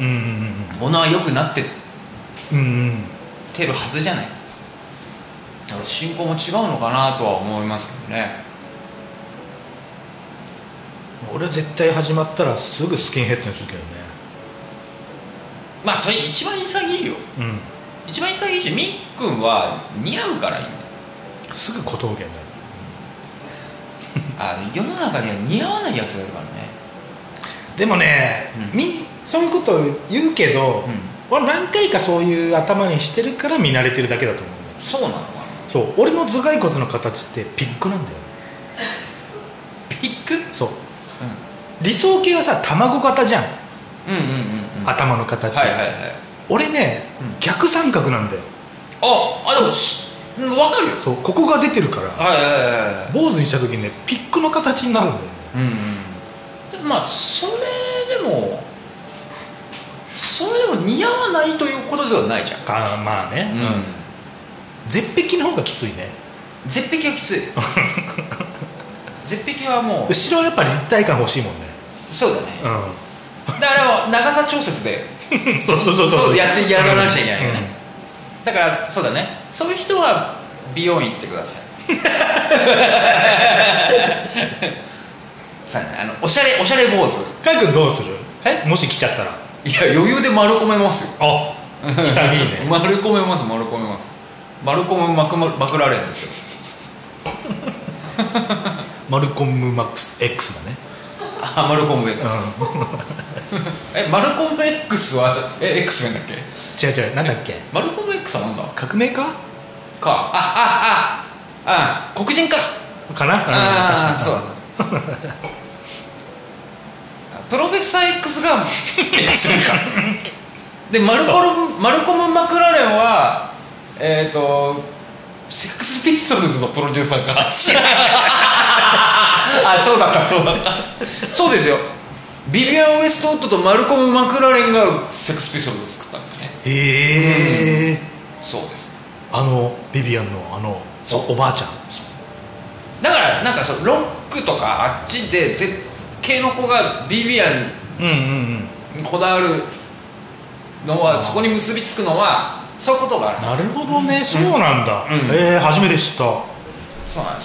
B: うんうんうんうん
A: ものは良くなって
B: うんうん
A: てるはずじゃないだから信仰も違うのかなとは思いますけどね
B: 俺は絶対始まったらすぐスキンヘッドにするけどね
A: まあそれ一番潔いよ
B: うん
A: 一番潔いしみっくんは似合うからいいんだよ
B: すぐ小峠になる
A: あの世の中には似合わないやつがいるからね
B: でもね、
A: うん
B: みそういうこと言うけど、俺何回かそういう頭にしてるから見慣れてるだけだと思うんだよ
A: そうなのかな
B: そう俺の頭蓋骨の形ってピックなんだよね
A: ピック、うん、
B: そう理想系はさ卵型じゃん、
A: うんうんうんうんはい
B: 頭の形、
A: はいはい
B: 俺ね、
A: うん
B: 逆三角なんだよ
A: ああでもしうんわかるよ
B: そうここが出てるから
A: はいはいはいはい
B: 坊主にした時にねピックの形になるんだよね
A: うんうんでまあそれでもそれでも似合わないということではないじゃん、
B: あーまあね、絶壁の方がきついね
A: 絶壁はき つい絶壁はもう
B: 後ろはやっぱり立体感欲しいもんね
A: そうだね
B: う
A: だから長さ調節で
B: ん そうそうそう
A: そうやってやらなくちゃいけないよね
B: うん
A: だからそうだねそういう人は美容院行ってくだ さいさああのおしゃれおしゃれ坊主
B: かいくんどうする
A: え
B: もし来ちゃったら
A: いや余裕で丸込めますよ
B: あ潔いね
A: 丸込めます丸込めます丸込めまくままくられるんですよ
B: マルコムマックス X だね
A: あマルコム X、
B: う
A: えマルコム X はえ X なんだっけ
B: ん違う違うなんだっけ
A: マルコム X はなんだ
B: 革命家
A: かああああ黒人か
B: かな
A: ああそう
B: う
A: だプロフェッサー X が X か でマルコロマルコム・マクラレンはえっ、ー、とセックスピストルズのプロデューサー かあそうだったそうだったそうですよビビアン・ウエストウッドとマルコム・マクラレンがセックスピストルズを作ったんだよね
B: 確かにへえ
A: そうです
B: あのビビアンのあの
A: そう
B: おおばあちゃん
A: だからなんかそうロックとかあっちで絶景の子がビビアン
B: うんうんうん
A: こだわるの
B: あー
A: はそこに結びつくのはそういうことがあるんで
B: な
A: す
B: る
A: よ
B: ほどねそうなんだ
A: うん
B: ええ初めて知った
A: そうなんですそうなんです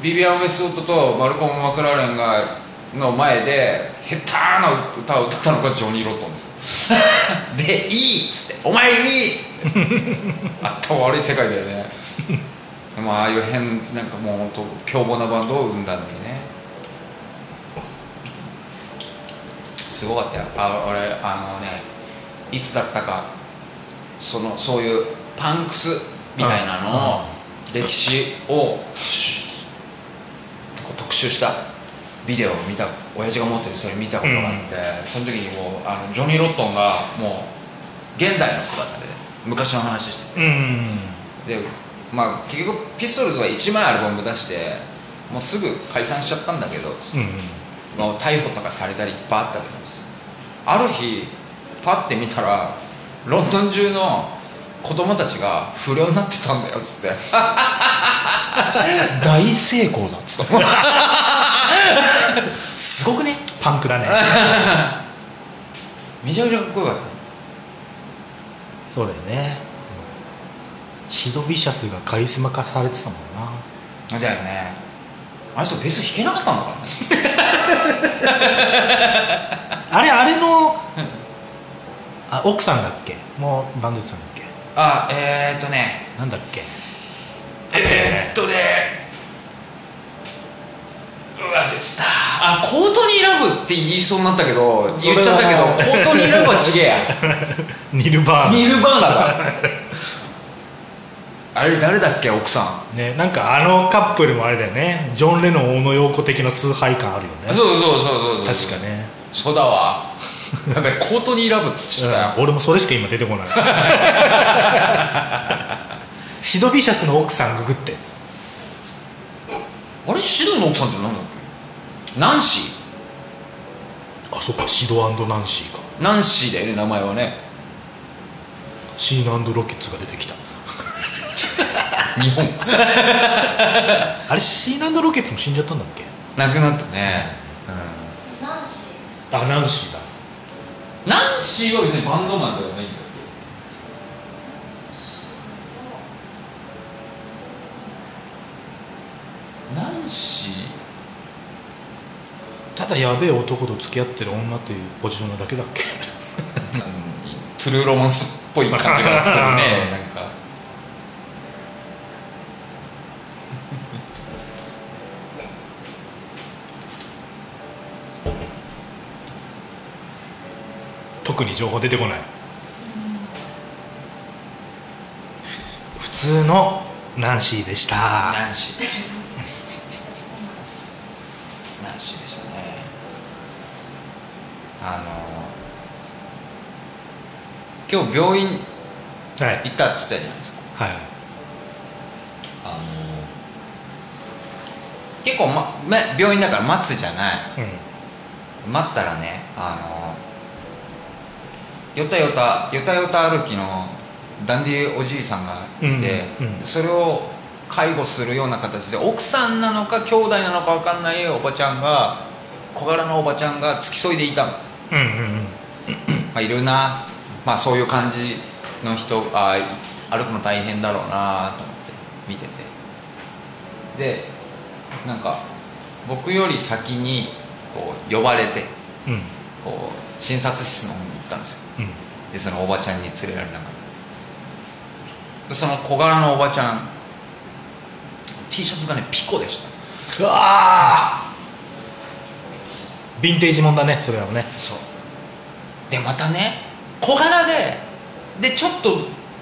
A: ビビアン・ウェストウッドとマルコム・マクラーレンがの前で下手な歌を歌ったのがジョニー・ロットンですよ で「いい!」っつって「お前いい!」っつって あった悪い世界だよねでもああいう変なんかもう本当凶暴なバンドを生んだんだよねすごかったよあ俺あのねいつだったかそのそういうパンクスみたいなのを歴史をしこう特集したビデオを見た親父が持っててそれ見たことがあって、その時にもうあのジョニー・ロットンがもう現代の姿で昔の話してて
B: うんうん
A: でまあ結局ピストルズは1枚アルバム出してもうすぐ解散しちゃったんだけど、
B: うんうん
A: まあ、逮捕とかされたりいっぱいあったけどある日パッて見たらロンドン中の子供たちが不良になってたんだよっつって
B: 大成功だっつった
A: すごくね
B: パンクだね
A: めちゃめちゃかっこよかっ
B: そうだよねシドビシャスがカリスマ化されてたもんな
A: ただよねあの人ベース弾けなかったんだからね
B: あれあれのあ奥さんだっけもうバンドやってたんだっけ
A: あえー、っとね
B: なんだっけ
A: えー、っとねうわ忘れちゃったあコートニーラブって言いそうになったけど
B: それ
A: 言
B: は
A: っちゃったけどコートニーラブはちげえや
B: ニルバー
A: ニルバーナだ あれ誰だっけ奥さん
B: ナねなんかあのカップルもあれだよねジョン・レノン大野陽子的な崇拝感あるよね
A: そうそうそうそうそう
B: 確かね
A: そうだわやっぱりコートニーラブっつってたよ、
B: うん俺もそれしか今出てこない シドビシャスの奥さんググって
A: あれシドの奥さんって何だっけナンシ
B: あそっかシドナンシーか
A: ーナンシーだよね名前はね
B: シーロケッツが出てきた
A: 日 本
B: あれシーロケッツも死んじゃったんだっけ
A: なくなったね、
B: あナンシーだ
A: ナンシーは別にバンドマンではないんだっけ
B: だやべえ男と付き合ってる女というポジションなだけだっけ
A: トゥルーロマンスっぽい感じがするねなんか
B: 特に情報出てこない普通のナンシーでした
A: ナンシーナンシーでしたねあの今日病院
B: は
A: 行
B: い
A: ったって言ってたじゃないですか
B: はい
A: あの結構、ま、め病院だから待つじゃない
B: うん
A: 待ったらねあのよたよたよたよた歩きのダンディおじいさんがいて、
B: うんうん
A: それを介護するような形で奥さんなのか兄弟なのか分かんないおばちゃんが小柄なおばちゃんが付き添いでいたの、ま
B: うんうんうん
A: あ、いるな、まあ、そういう感じの人あ歩くの大変だろうなと思って見ててでなんか僕より先にこう呼ばれて
B: うん
A: こう診察室の方に行ったんですよ
B: うん
A: でそのおばちゃんに連れられながらでその小柄のおばちゃん T シャツがねピコでした
B: うわーヴィンテージもんだねそれはね
A: そうでまたね小柄ででちょっと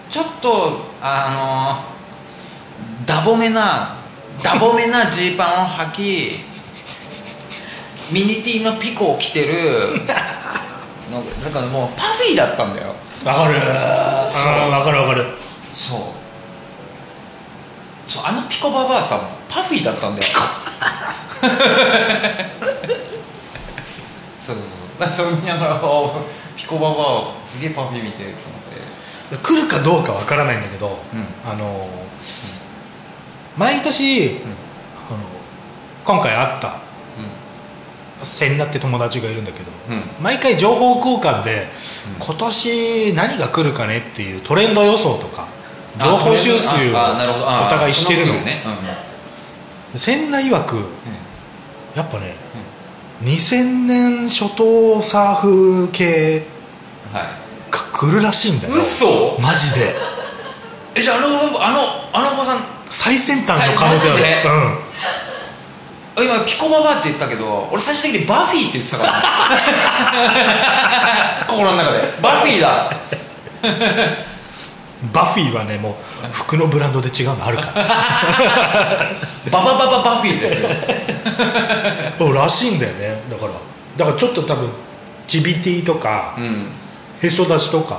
A: ちょっとあのダボめなダボめなジーパンを履きミニティのピコを着てるなんかなんかもうパフィーだったんだよ
B: わかる
A: そう
B: わかるわかる
A: そうそうあのピコババアさんパフィーだったんだよそうそうそうだそう見ながらおピコババアをすげえパフィー見てると思って
B: 来るかどうかわからないんだけど、
A: ん
B: あの毎年、あの今回会った千奈って友達がいるんだけど、
A: うん
B: 毎回情報交換で、今年何が来るかねっていうトレンド予想とか
A: あ
B: 情報収集をお
A: ああなるほどあ
B: 互いしてる
A: そ
B: の
A: 来ね、うんうん
B: 千奈曰くやっぱね、2000年初頭サーフ系
A: はい
B: が来るらしいんだよ
A: 嘘
B: マジで
A: えじゃああのあのあのおばさん
B: 最先端の可能性ある
A: 最
B: うん
A: あ今ピコババアって言ったけど俺最終的にバフィーって言ってた からね心の中でバフィーだ
B: バフィーはねもう服のブランドで違うのあるか
A: バババババフィーですよ
B: らそうらしいんだよねだからだからちょっと多分チビティとか、
A: うん
B: へそ出しとか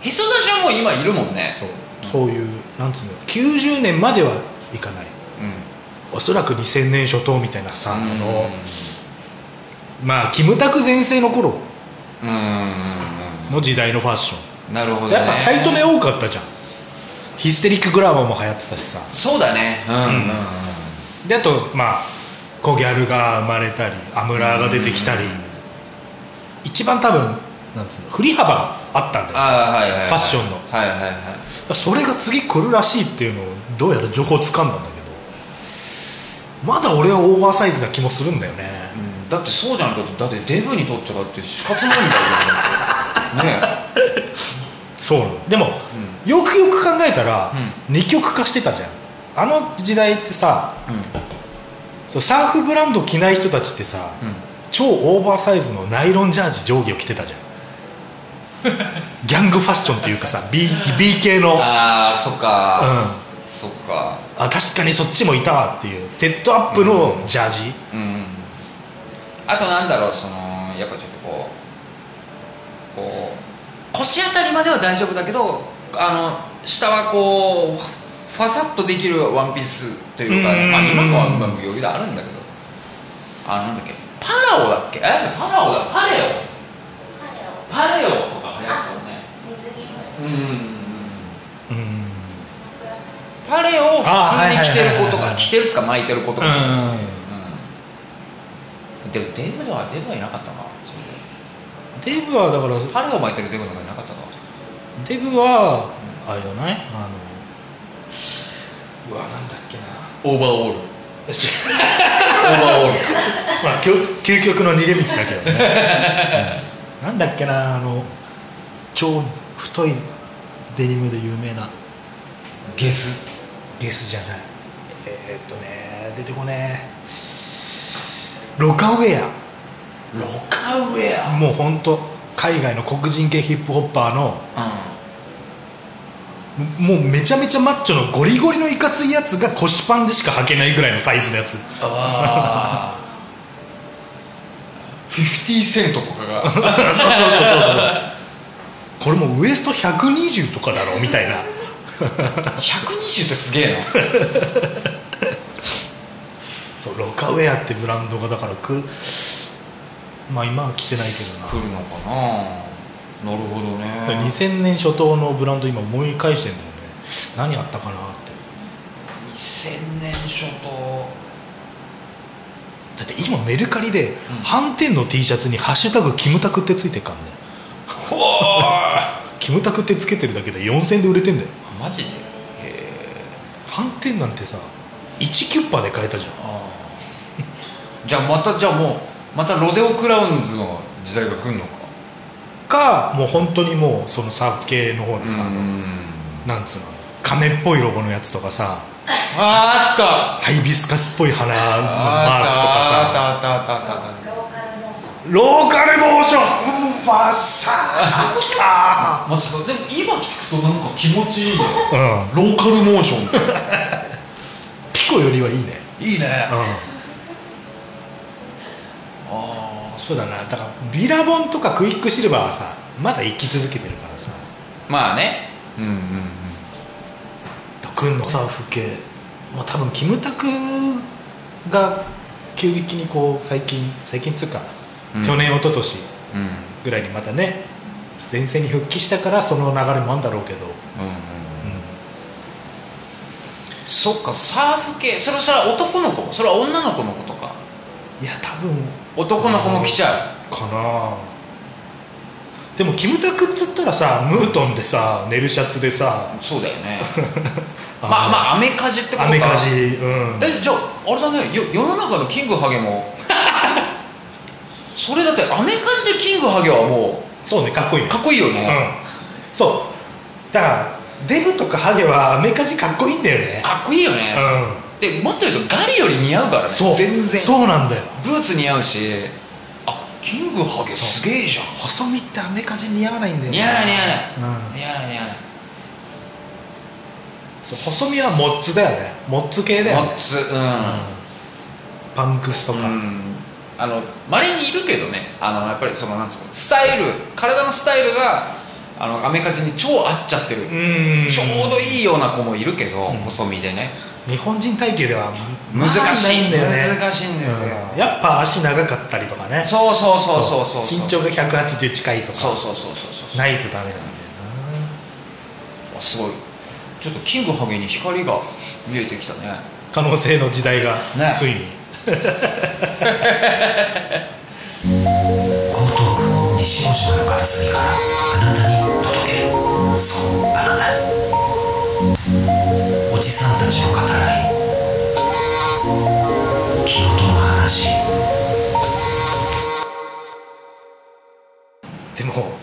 A: へそ出しはもう今いるもんね
B: そうそういうなんつうの90年まではいかないおそらく2000年初頭みたいなさ、
A: うん
B: あのまあキムタク全盛の頃
A: うんうんうん
B: の時代のファッショ
A: うんなるほ
B: ン、
A: どね
B: やっぱタイトめ多かったじゃんヒステリックグラマーも流行ってたしさ
A: そうだねうんうんうん
B: であとまあコギャルが生まれたりアムラーが出てきたり、一番多分なんつうの振り幅があったんだよ
A: ああはいはいはい
B: ファッションの
A: はいはいはい
B: それが次来るらしいっていうのをどうやら情報つかんだんだけどまだ俺はオーバーサイズな気もするんだよね、
A: うんだってそうじゃなくてだってデブにとっちゃって死活 問題だよねね
B: そうでも、よくよく考えたら、二極化してたじゃんあの時代ってさそうサーフブランド着ない人たちってさ、
A: うんうん
B: 超オーバーサイズのナイロンジャージ上下を着 てたじゃんギャングファッションというかさ B, B 系の、うん、あ
A: ああそっかそっか
B: 確かにそっちもいたわっていうセットアップのジャージ、
A: うんあとなんだろうそのやっぱちょっとこうこう腰あたりまでは大丈夫だけどあの下はこうファサッとできるワンピースというか、
B: うん
A: まあ、今のはまあ余裕であるんだけどあのなんだっけパラオだっけえパラオだパレオパレオとか流行そうねうん
B: うん
A: パレオを普通に着てる子と
B: あはいはいはいはい
A: か
B: はい
A: 着てるっつうか巻いてる子とか、
B: うん
A: でもデブではデブはいなかったなそれで
B: デブはだから
A: 春を巻いてるデブなんかいなかったの
B: デブはあれじゃないあのうわなんだっけな
A: オーバーオールオーバーオール
B: まあ、究究極の逃げ道だけどね、うんなんだっけなあの超太いデニムで有名な
A: ゲス
B: ゲスじゃないえーっとね出てこねえロカウェ
A: ロカウェ
B: アもう本当海外の黒人系ヒップホッパーの
A: う
B: もうめちゃめちゃマッチョのゴリゴリのいかついやつが腰パンでしか履けないぐらいのサイズのやつ
A: んああ50セン トとかが
B: これもうウエスト120とかだろみたいな
A: 120ってすげえな
B: そうロカウェアってブランドがだからくまあ今は着てないけどな
A: 来るのかななるほどね
B: 2000年初頭のブランド今思い返してんだよね何あったかなって
A: 2000年初頭
B: だって今メルカリで
A: うん
B: 反転の T シャツに「ハッシュタグキムタク」ってついてっからね
A: ほー
B: キムタクってつけてるだけで4000で売れてんだよ
A: マジでへえ
B: 反転なんてさ1キュッパーで買えたじゃん
A: あーじゃあまたじゃあもうまたロデオクラウンズの時代が来るのか
B: かもう本当にもうそのサーフ系の方でさ、なんつうの亀っぽいロゴのやつとかさ
A: あーあった
B: ハイビスカスっぽい花のマークとか
A: あ
B: さ
A: ったあったあったあったあった
C: ローカル
B: ロー
C: モーション
B: カルモーションうんバッサーきた
A: まあちょっとでも今聞くとなんか気持ちいいね
B: ーうん
A: ローカルモーションって
B: ピコよりはいいね
A: いいね
B: う
A: あ
B: ん
A: あ
B: そうだなだからビラボンとかクイックシルバーはさまだ生き続けてるからさ
A: まあねうんうんうん
B: 君のサーフ系もう多分キムタクが急激にこう最近最近っつうか、
A: うん
B: 去年一昨年
A: うんうん
B: ぐらいにまたね前線に復帰したからその流れもあるんだろうけど、
A: うんそっかサーフ系それそれは男の子もそれは女の子の子とか
B: いや多分
A: 男の子も来ちゃう
B: かなでもキムタクっつったらさムートンでさ寝るシャツでさ
A: そうだよね
B: あ
A: ま
B: の
A: あ まあアメカジってことか
B: アメカジうん
A: えじゃああれだねよ世の中のキングハゲ もそれだってアメカジでキングハゲはも
B: そうねかっこいいうね
A: かっこいいよね、
B: うん、そうだからデブとかハゲはアメカジかっこいいんだよね
A: かっこいいよね、
B: う
A: でもっと言うとガリより似合うからね
B: んそう
A: 全然
B: そうなんだよ
A: ブーツ似合うしあキングハゲ
B: そう
A: すげえじゃん
B: 細身ってアメカジ似合わないんだよね
A: 似合わない似合わ
B: う
A: なんい、似合わない似合わない
B: そう細身はモッツだよねモッツ系だよ
A: モ
B: ね
A: ッツ
B: パンクスと
A: う
B: か、
A: ん、あのまれにいるけどねあのやっぱりそのなんつうのスタイル体のスタイルがあのアメカジに超合っちゃってる、
B: うん
A: ちょうどいいような子もいるけど、
B: うん
A: 細身でね
B: 日本人体型では
A: 難しい
B: んだよね
A: 難しいんですよ
B: うんやっぱ足長かったりとかね
A: そうそうそうそうそう
B: 身長が180近いとか
A: そうそうそうそうそう
B: ないとダメなんだよ
A: あすごいちょっとキングハゲに光が見えてきたね
B: な可能性の時代が
A: ね
B: ついに、
D: 江東区西大島の片隅からあなたに届けるそうあなたにおじさんたちの語らい気の遠の話
B: でも、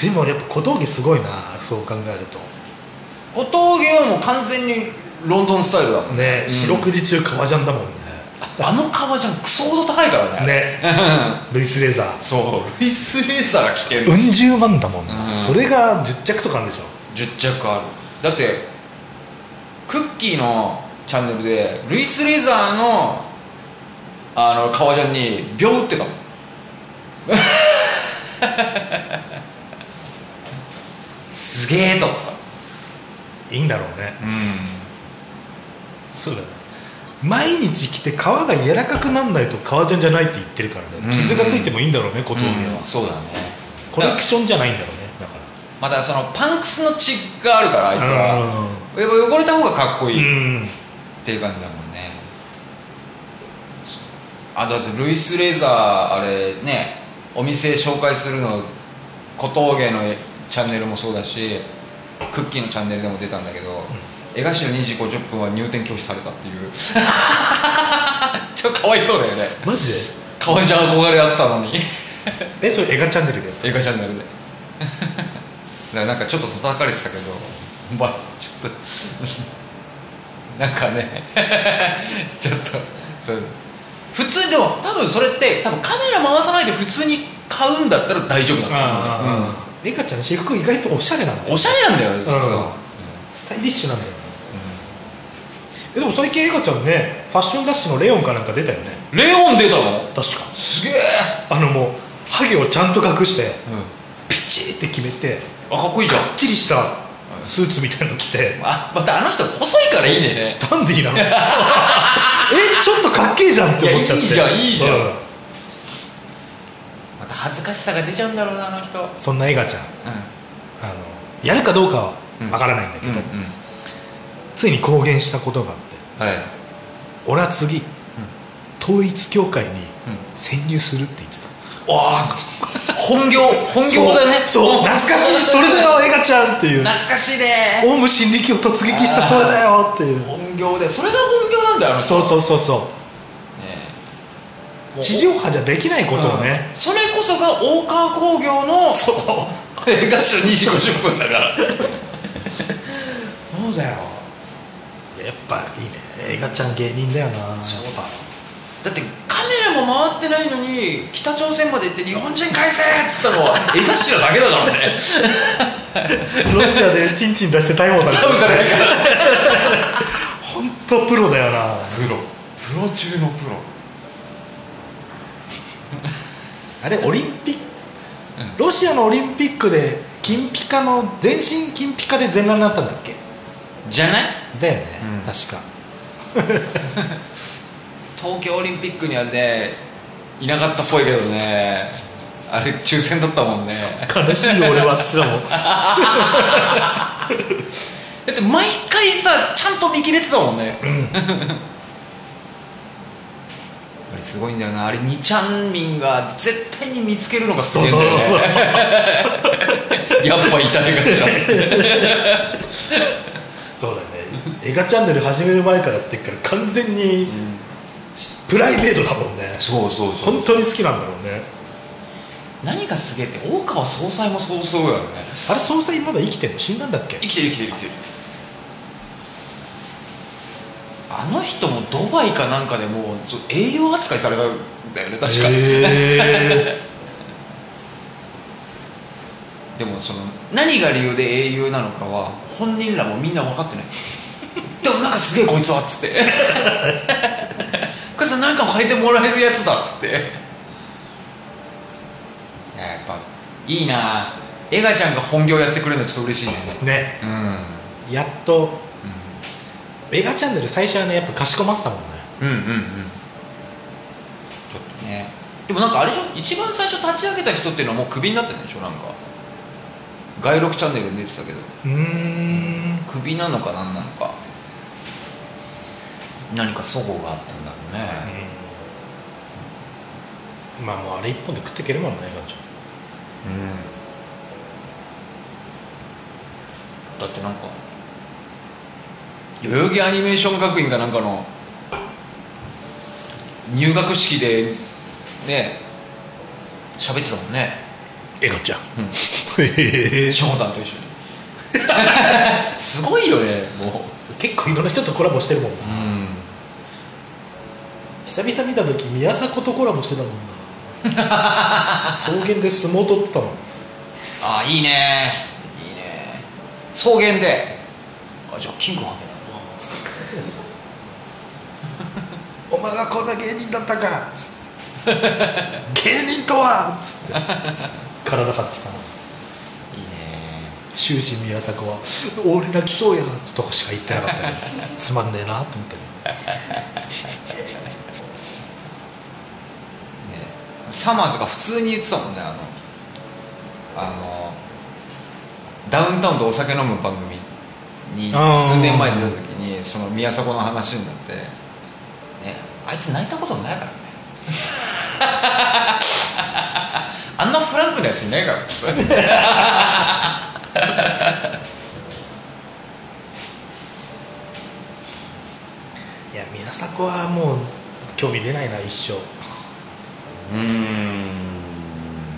B: でもやっぱ小峠すごいなそう考えると
A: 小峠はもう完全にロンドンスタイルだもん
B: ね、
A: うん
B: 四六時中革ジャンだもんね
A: あの革じゃんクソほど高いからね
B: ねルイスレザー
A: そうルイス・レーザーが着てる
B: うん十万だもんね、
A: うん
B: それが10着とかあるんでしょ
A: 10着あるだってクッキーのチャンネルでルイス・レーザーのあの革ジャンに秒打ってたもんすげえと思っ
B: いいんだろうね
A: たうん
B: そうだね毎日着て皮が柔らかくなんないと革ジャンじゃないって言ってるから
A: うん
B: ね傷がついてもいいんだろうね小峠は、
A: うんそうだね
B: コレクションじゃないんだろうねだか
A: またそのパンクスの血があるからあいつ
B: ら
A: はやっぱ汚れた方がかっこ
B: う
A: い
B: ん
A: いっ
B: うん
A: ていう感じだもんねあだってルイス・レーザーあれねお店紹介するの小峠のチャンネルもそうだしクッキーのチャンネルでも出たんだけど、江頭2時50分は入店拒否されたっていう ちょっとかわいそうだよね
B: マジで
A: 川合ちゃん憧れあったのに
B: えそれ映画チャンネルで
A: 映画チャンネルでだからなんかちょっと叩かれてたけどまあちょっとなんかねちょっとそう普通にでも多分それって多分カメラ回さないで普通に買うんだったら大丈夫なんだと思うんだよね
B: うん、エカちゃん私服意外とおしゃれなの
A: うんおしゃれなんだよ実は
B: スタイリッシュなんだよ、えでも最近エカちゃんねファッション雑誌の「レオン」かなんか出たよね
A: レオン出たの
B: 確か
A: すげえ、
B: あのもうハゲをちゃんと隠して
A: う
B: ピチって決めて
A: ん、あかっこいいじゃん
B: きっちりしたスーツみたいの着て
A: あまたあの人細いからいいね
B: ダンディ ーなのえちょっとかっけえじゃんって思っちゃってい
A: いやいいじゃんいいじゃん
B: う
A: また恥ずかしさが出ちゃうんだろうなあの人うん
B: そんなエガちゃんあのやるかどうかはわからないんだけ
A: うん
B: ど、
A: うん
B: ついに公言したことがあって
A: はい
B: 俺は次、統一教会に潜入するって言ってた、わあ
A: 本業本業だね
B: そうそう懐かし いそれだよエガちゃんっていう
A: 懐かしいね
B: オウム真理教突撃したそれだよっていう
A: 本業でそれが本業なんだよあの人
B: そうそうそうそう
A: もう
B: 地上波じゃできないことをね
A: う、んそれこそが大川工業の
B: そう
A: 映画賞2時50分だから
B: そうだよやっぱいいねエガちゃん芸人だよな
A: そう
B: やっぱ
A: だってカメラも回ってないのに北朝鮮まで行って日本人返せっつったの は江頭だけだからね
B: ロシアでチンチン出して逮捕され
A: 多分そ
B: た
A: れだから
B: 本当プロだよな
A: プロプロ中のプロ
B: あれオリンピックロシアのオリンピックで金ピカの全身金ピカで全裸になったんだっけ
A: じゃない
B: だよね、
A: うん
B: 確か
A: 東京オリンピックにはねいなかったっぽいけど ねあれ抽選だったもんね
B: 悲しいよ俺はっつってた も
A: だ
B: ん
A: って毎回さちゃんと見切れてたもんね、あれすごいんだよなあれにちゃんみんが絶対に見つけるのがす
B: そ
A: ご
B: う
A: いん
B: そう
A: だ
B: そう
A: よねやっぱ痛いがちだ って
B: そうだよね映画チャンネル始める前からってっから完全に、プライベートだもんね
A: そうそう
B: 本当に好きなんだろうね
A: 何がすげえって大川総裁もそうそうだよね
B: あれ総裁まだ生きてんの死んだんだっけ
A: 生きてる生きてる生きてるあの人もドバイかなんかでもうちょ栄養扱いされたんだよね確か、
B: へ
A: でもその何が理由で英雄なのかは本人らもみんな分かってないでもなんかすげえこいつはっつってこいつはなんか変えてもらえるやつだっつっていややっぱいいなエガちゃんが本業やってくれるのちょっと嬉しいね
B: え ね
A: うん
B: やっと、映画チャンネル最初はねやっぱかしこまってたもんね
A: うんうんうんちょっとねでもなんかあれでしょ一番最初立ち上げた人っていうのはもうクビになってるんでしょなんか外録チャンネルに出てたけど
B: うーん
A: クビなのか何なのか何か齟齬があったんだろうね、
B: まあもうあれ一本で食っていけるもんねガンちゃ
A: だってなんか代々木アニメーション学院かなんかの入学式でね喋ってたもんね
B: んエガちゃん、
A: うん
B: へえ
A: 翔さんと一緒にすごいよねもう
B: 結構いろんな人とコラボしてるもんな
A: うん
B: 久々見た時宮迫とコラボしてたもんな草原で相撲取ってたもん
A: あいいねいいね草原であじゃあキングハゲだな
B: お前はこんな芸人だったかつって芸人とはつって体張ってたの
A: いいね
B: 終始宮迫は「俺泣きそうや」つとかしか言ってなかったよつまんねえなと思って
A: サマーズが普通に言ってたもんねあのあのダウンタウンとお酒飲む番組に
B: あー
A: 数年前に出た時にその宮迫の話になって、ね、あいつ泣いたことない からねあんなフランクなやついないからね
B: 朝子はもう興味出ないな一生
A: うーん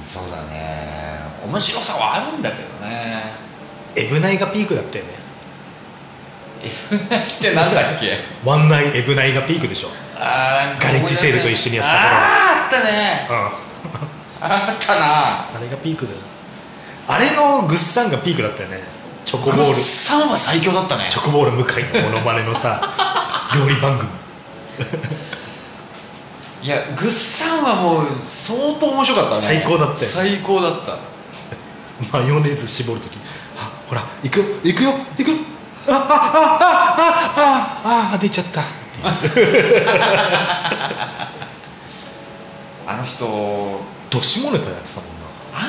A: そうだね面白さはあるんだけどね
B: エブナイがピークだったよね
A: F ナイってなんだっけ
B: ワンナイエブナイがピークでしょ
A: あ
B: ガレッジセールと一緒にやってた頃
A: あーあったね
B: うん
A: あったな
B: あれがピークだよあれのグッサンがピークだったよねチョコボールチ
A: さんは最強だったね
B: ョコボール向井のモノマネ のさ料理番組
A: いやグッサンはもう相当面白かったね
B: 最高だったよ
A: 最高だった
B: マヨネーズ絞るときあほら行く行くよ行くああああああああ出ちゃった
A: あの人
B: どしもネタやってたもんな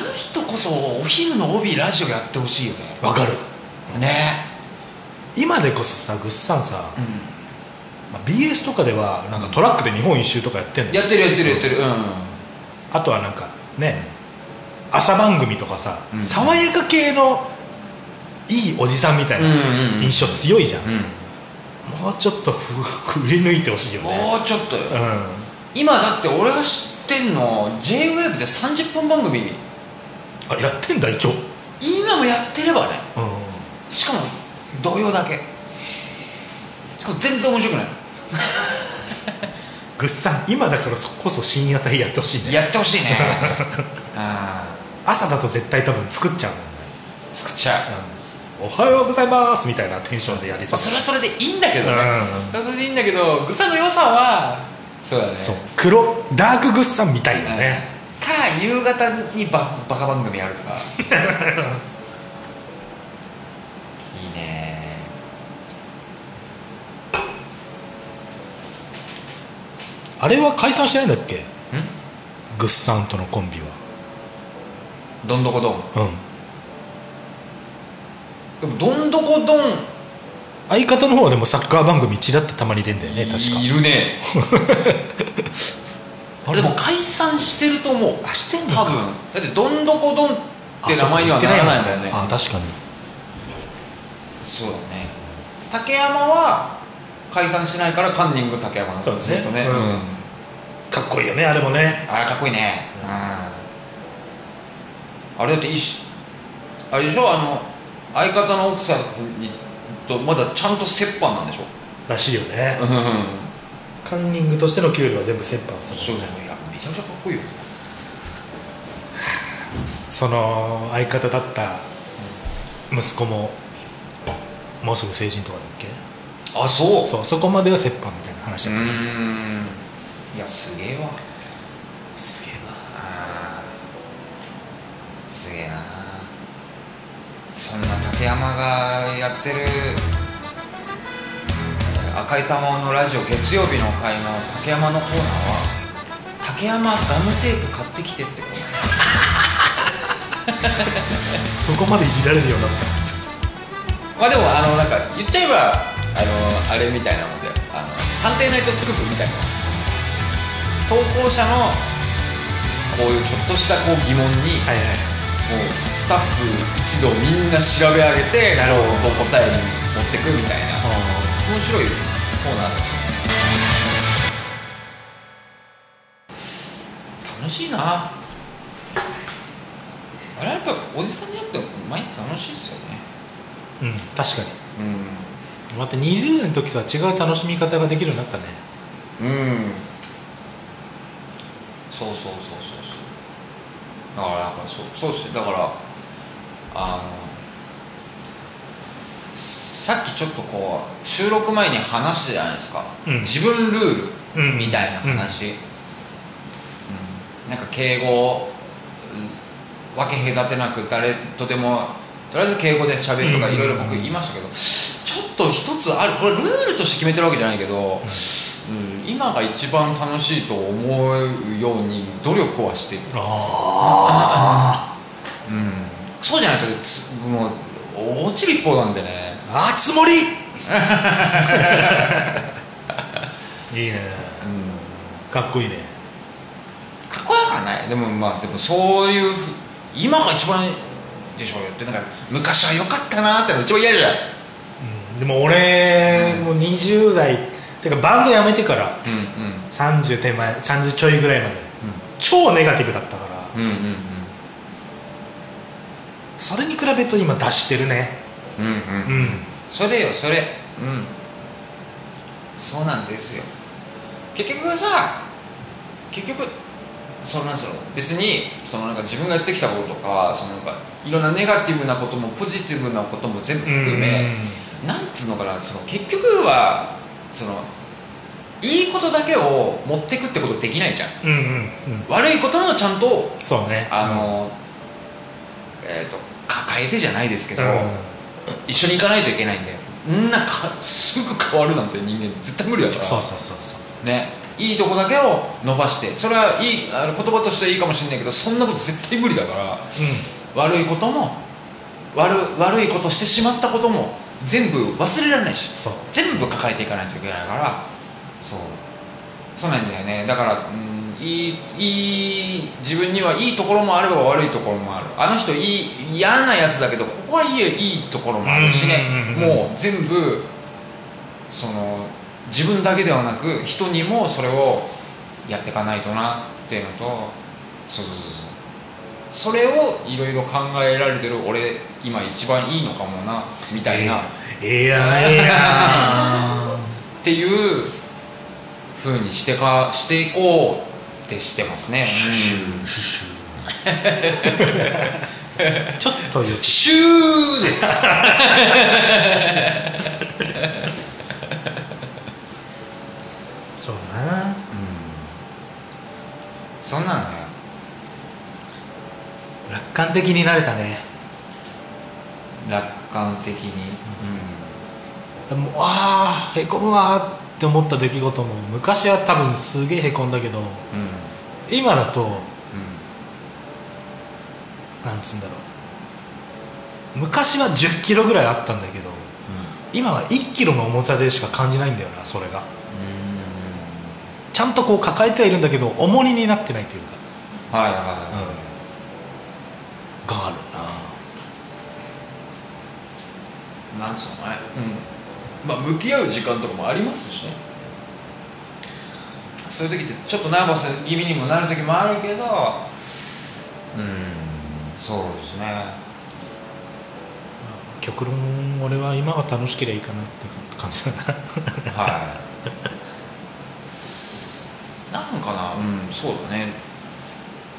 A: あの人こそお昼の帯ラジオやってほしいよね
B: わかる
A: ね
B: 今でこそさグッサンさ、
A: うん
B: まあ、BS とかではなんかトラックで日本一周とかやってんだよ
A: やってるやってるやってるうん
B: あとはなんかね朝番組とかさ、
A: うん
B: 爽やか系のいいおじさんみたいな
A: うんうん
B: 印象強いじゃん、
A: うん
B: もうちょっとふ振り抜いてほしいよね
A: もうちょっとよ
B: うん
A: 今だって俺が知ってんの JWAVE で30分番組
B: あやってんだ一応、うん、
A: 今もやってればねしかも同様だけしかも全然面白くない
B: グッサン今だからこそ深夜帯やってほしいね
A: やってほしい ねあ
B: 朝だと絶対多分作っちゃうもんね
A: あ作っちゃう、
B: おはようございますみたいなテンションでやり
A: まあ、
B: そう
A: それはそれでいいんだけどね、
B: うん
A: それはそれでいいんだけどグサの良さはそうだね
B: そう黒ダークグッサンみたいよね
A: か夕方にババカ番組ある からいいね
B: あれは解散してないんだっけ
A: ん
B: グッサンとのコンビは
A: どんどこどん
B: うん
A: でもどんどこどん
B: 相方の方はでもサッカー番組ちらっとたまに出んだよね確か
A: いるね
B: あれ
A: でも解散してると思う
B: あしてんの
A: 多
B: か
A: 分だってどんどこどんって名前にはならないんだよね
B: あ確かに
A: そうだね竹山は解散しないからカンニング竹山なん
B: そうですね
A: ずっとね、
B: うん
A: うん
B: かっこいいよねあれもね
A: あれかっこいいねうんあれだっていいしあれでしょあの相方の奥さんにとまだちゃんと折半なんでしょ
B: らしいよね
A: うん
B: カンニングとしての給料は全部折半す
A: そ
B: る
A: うだよいやめちゃくちゃかっこいいよ
B: その相方だった息子ももうすぐ成人とかだっけ
A: あそう
B: そうそこまでは折半みたいな話
A: う
B: だ
A: ー
B: った
A: んいやすげえわ
B: すげえな
A: あーすげえなそんな竹山がやってる赤い玉のラジオ月曜日の回の竹山のコーナーは竹山ガムテープ買ってきてってコー
B: そこまでいじられるようになっ
A: ナーまあでもあのなんか言っちゃえばあのあれみたいなもんであの探偵ナイトスクープみたいな投稿者のこういうちょっとしたこう疑問に、
B: たはいはい
A: もうスタッフ一同みんな調べ上げて
B: なるほど
A: こう答えに持ってくみたいな面白いコーナーだ楽しいなあれはやっぱおじさんになっても毎日楽しいっすよね
B: うん確か
A: う
B: にまた20年の時とは違う楽しみ方ができるようになった
A: んう
B: ね
A: んそうそうそうそうそうだからなんかそうそうっすねだからあのささっきちょっとこう収録前に話したじゃないですか、
B: うん
A: 自分ルー
B: う
A: ル
B: ん
A: みたいな話、うんなんか敬語うん分け隔てなく誰とでもとりあえず敬語で喋るとか
B: うん
A: いろいろ僕言いましたけど、ちょっと一つあるこれルールとして決めてるわけじゃないけど、うん、今が一番楽しいと思うように努力はしてる
B: あ
A: うん、そうじゃないとつもう落ちる一方なんでね
B: ーあつ 森いいねかっこいいね
A: かっこよくはないでもまあでもそういうふ今が一番でしょうよってなんか昔は良かったなってのが一番嫌じゃん
B: でも俺も20代てかバンドやめてから
A: うん
B: 30手前30ちょいぐらいまで超ネガティブだったから
A: うんうん
B: それに比べると今出してるね
A: うんうんうん
B: うん
A: それよそれうんそうなんですよ結局さ結局そうなんですよ別にそのなんか自分がやってきたこととかそのなんかいろんなネガティブなこともポジティブなことも全部含めなんつうのかなその結局はそのいいことだけを持ってくってことできないじゃん
B: うんうんうんうん
A: 悪いこともちゃんと
B: そうね
A: あの、えっ、と抱えてじゃないですけど、
B: う
A: 一緒に行かないといけないんでんなかすぐ変わるなんて人間絶対無理だか
B: ん
A: ら
B: そうそうそうそう
A: ねいいとこだけを伸ばしてそれはいいあの言葉としてはいいかもしれないけどそんなこと絶対無理だから
B: う
A: 悪いことも悪悪いことしてしまったことも全部忘れられないし
B: んそう
A: 全部抱えていかないといけないからそうそうなんだよねだから、うん、いいいい自分にはいいところもあれば悪いところもあるあの人いい嫌なやつだけどここはいいいいところもあるしね
B: うんうんうんうん
A: もう全部その自分だけではなく人にもそれをやっていかないとなっていうのとそうそうそうそうそれをいろいろ考えられてる俺今一番いいのかもなみたいな、
B: いやいや
A: っていう風にしてかしていこうってしてますね、
B: シュシュシュシュちょっと言って
A: シューですか
B: そうな
A: そんなのよ
B: 楽観的になれたね
A: 楽観的に、
B: でもああへこむわーって思った出来事も昔は多分すげえへこんだけど
A: うんうんうん
B: 今だとなんつうんだろう昔は1 0キロぐらいあったんだけど今は1キロの重さでしか感じないんだよなそれが
A: うん
B: ちゃんとこう抱えてはいるんだけど重荷になってないというか
A: はいはい
B: うん
A: は、
B: があるない
A: なんつうのね、うん、まあ向き合う時間とかもありますしねそういう時ってちょっとナーバス気味にもなる時もあるけどうんそうですね
B: 極論俺は今が楽しければいいかなって感じだな
A: はい。なんかな、うん、そうだね。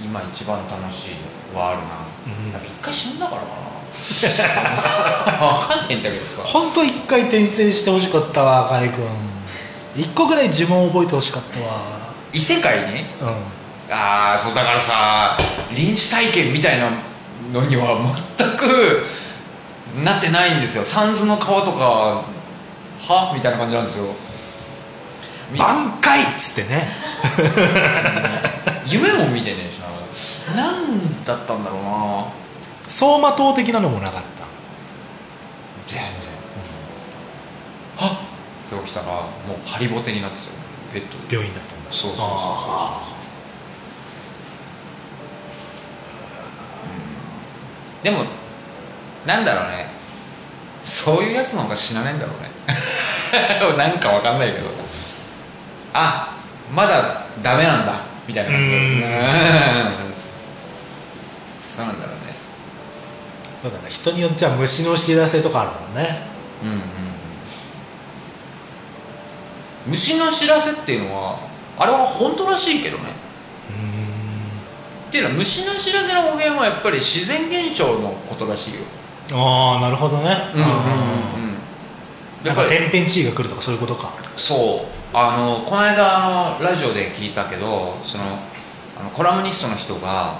A: 今一番楽しいはあるな。
B: うん
A: やっぱ一回死んだからかな。わかんないんだけどさ。
B: 本当一回転生してほしかったわ河合君一個ぐらい呪文を覚えてほしかったわ
A: 異世界に。
B: う
A: ああ、そうだからさ、臨死体験みたいなのには全くなってないんですよ。サンズの川とかはみたいな感じなんですよ。
B: ん
A: み
B: 挽回っつってね
A: 夢も見てねえしな。なんだったんだろうな。
B: 走馬灯的なのもなかった
A: 全然、はっって起きたらもうハリボテになってたよベッドで
B: 病院だったんだ
A: そうそうそうそう
B: あ
A: でもなんだろうねそういうやつの方が死なないんだろうね なんかわかんないけどあまだダメなんだみたいな感じで
B: う
A: うん そうなんだろうね
B: ーそうだね人によっちゃ虫の知らせとかあるもんね
A: うんうんうん虫の知らせっていうのはあれは本当らしいけどねっていうのは虫の知らせの語源はやっぱり自然現象のことらしいよ
B: ああなるほどね
A: うんうんうんうん
B: な
A: や
B: ん
A: っ
B: か
A: ぱり
B: 天変地異が来るとかそういうことか
A: そうあのこの間あのラジオで聞いたけどそのあのコラムニストの人が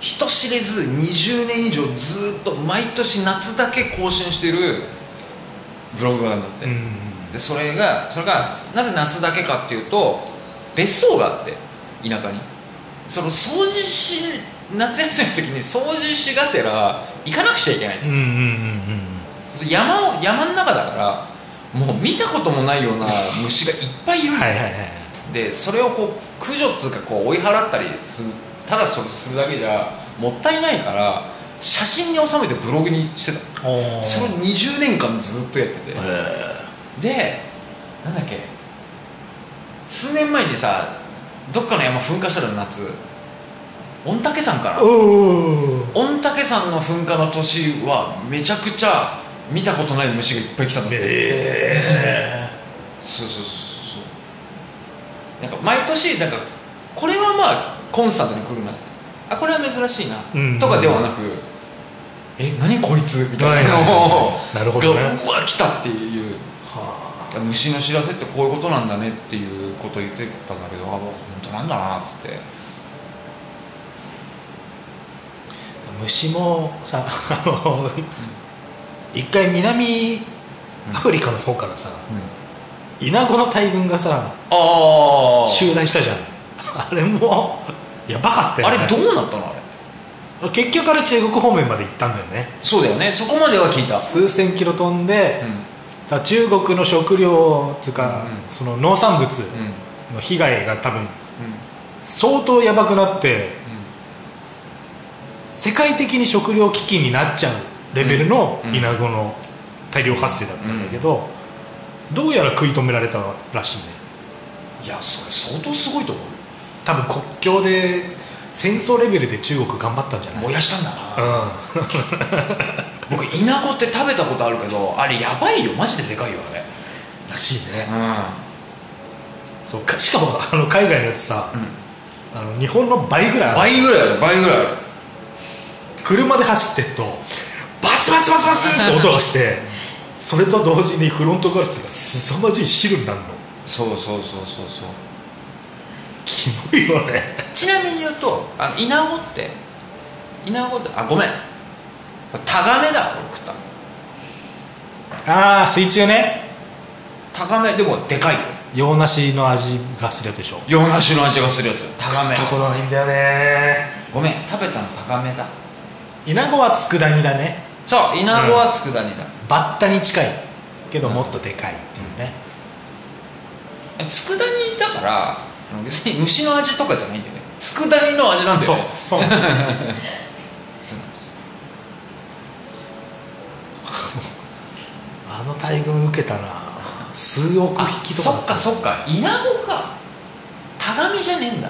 A: 人知れず20年以上ずっと毎年夏だけ更新してるブログがあるんだって、
B: うん
A: でそれがそれがなぜ夏だけかっていうと別荘があって田舎にその掃除し夏休みの時に掃除しがてら行かなくちゃいけない
B: うんうんうん
A: 山を山の中だからもう見たこともないような虫がいっぱいいる
B: うんん
A: だ
B: はい
A: よ
B: はいはい
A: でそれをこう駆除っつうかこう追い払ったりするただそれするだけじゃもったいないから写真に収めてブログにしてた
B: おー
A: それを20年間ずっとやってて、
B: へー
A: でなんだっけ数年前にさどっかの山噴火したの夏御嶽山かな
B: おー
A: 御嶽山の噴火の年はめちゃくちゃ見たことない虫がいっぱい来たの
B: え
A: そうそうそうそうなんか毎年なんかこれはまあコンスタントに来るなあこれは珍しいな、
B: うん
A: とかではなくえ何こいつみたい
B: は
A: ない
B: はい
A: のを
B: はいなるほどね
A: がうわ来たっていう
B: は
A: 虫の知らせってこういうことなんだねっていうことを言ってたんだけどあもう本当なんだなっつって
B: あ虫もさあの一回南アフリカの方からさイナゴの大群がさ
A: ああ
B: 襲来したじゃんあれもやばかったよ
A: あ
B: ね
A: れどうなったのあれ
B: 結局あれ中国方面まで行ったんだよね
A: そうだよねそこまでは聞いた
B: 数千キロ飛んで、
A: うん
B: だから中国の食料っていうか、
A: う
B: その農産物
A: うんうん
B: の被害が多分相当やばくなって世界的に食料危機になっちゃうレベルの
A: うん
B: イナゴの大量発生だったんだけど、どうやら食い止められたらしいね
A: いやそれ相当すごいと思う
B: 多分国境で戦争レベルで中国頑張ったんじゃない、うん、
A: 燃やしたんだな僕イナゴって食べたことあるけどあれやばいよマジででかいよあれ
B: らしいね、
A: う
B: そうかしかもあの海外のやつさ、
A: ん
B: あの日本の倍ぐらいある
A: 倍ぐらいある倍ぐらいある
B: 車で走ってっとバツバツバツバツって音がしてそれと同時にフロントガラスが凄まじい汁になるの
A: そうそうそうそうそう
B: キモいよね
A: ちなみに言うとあのイナゴってイナゴってあごめんタガメだ俺食ったの
B: ああ水中ね
A: タガメでもでかいよ
B: 洋梨の味がするやつでしょ
A: 洋梨の味がするやつタガメ
B: ところがいいんだよね
A: ごめん食べたのタガメだ
B: イナゴは佃煮だね
A: そうイナゴは佃煮だ、
B: バッタに近いけどもっとでかいっていうね
A: 佃煮だから別に虫の味とかじゃないんだよね佃煮の味なんだよね
B: そう
A: そうなんです
B: あの大群受けたな数億
A: あ
B: 匹とか
A: そっかそっかイナゴかタガメじゃねえんだ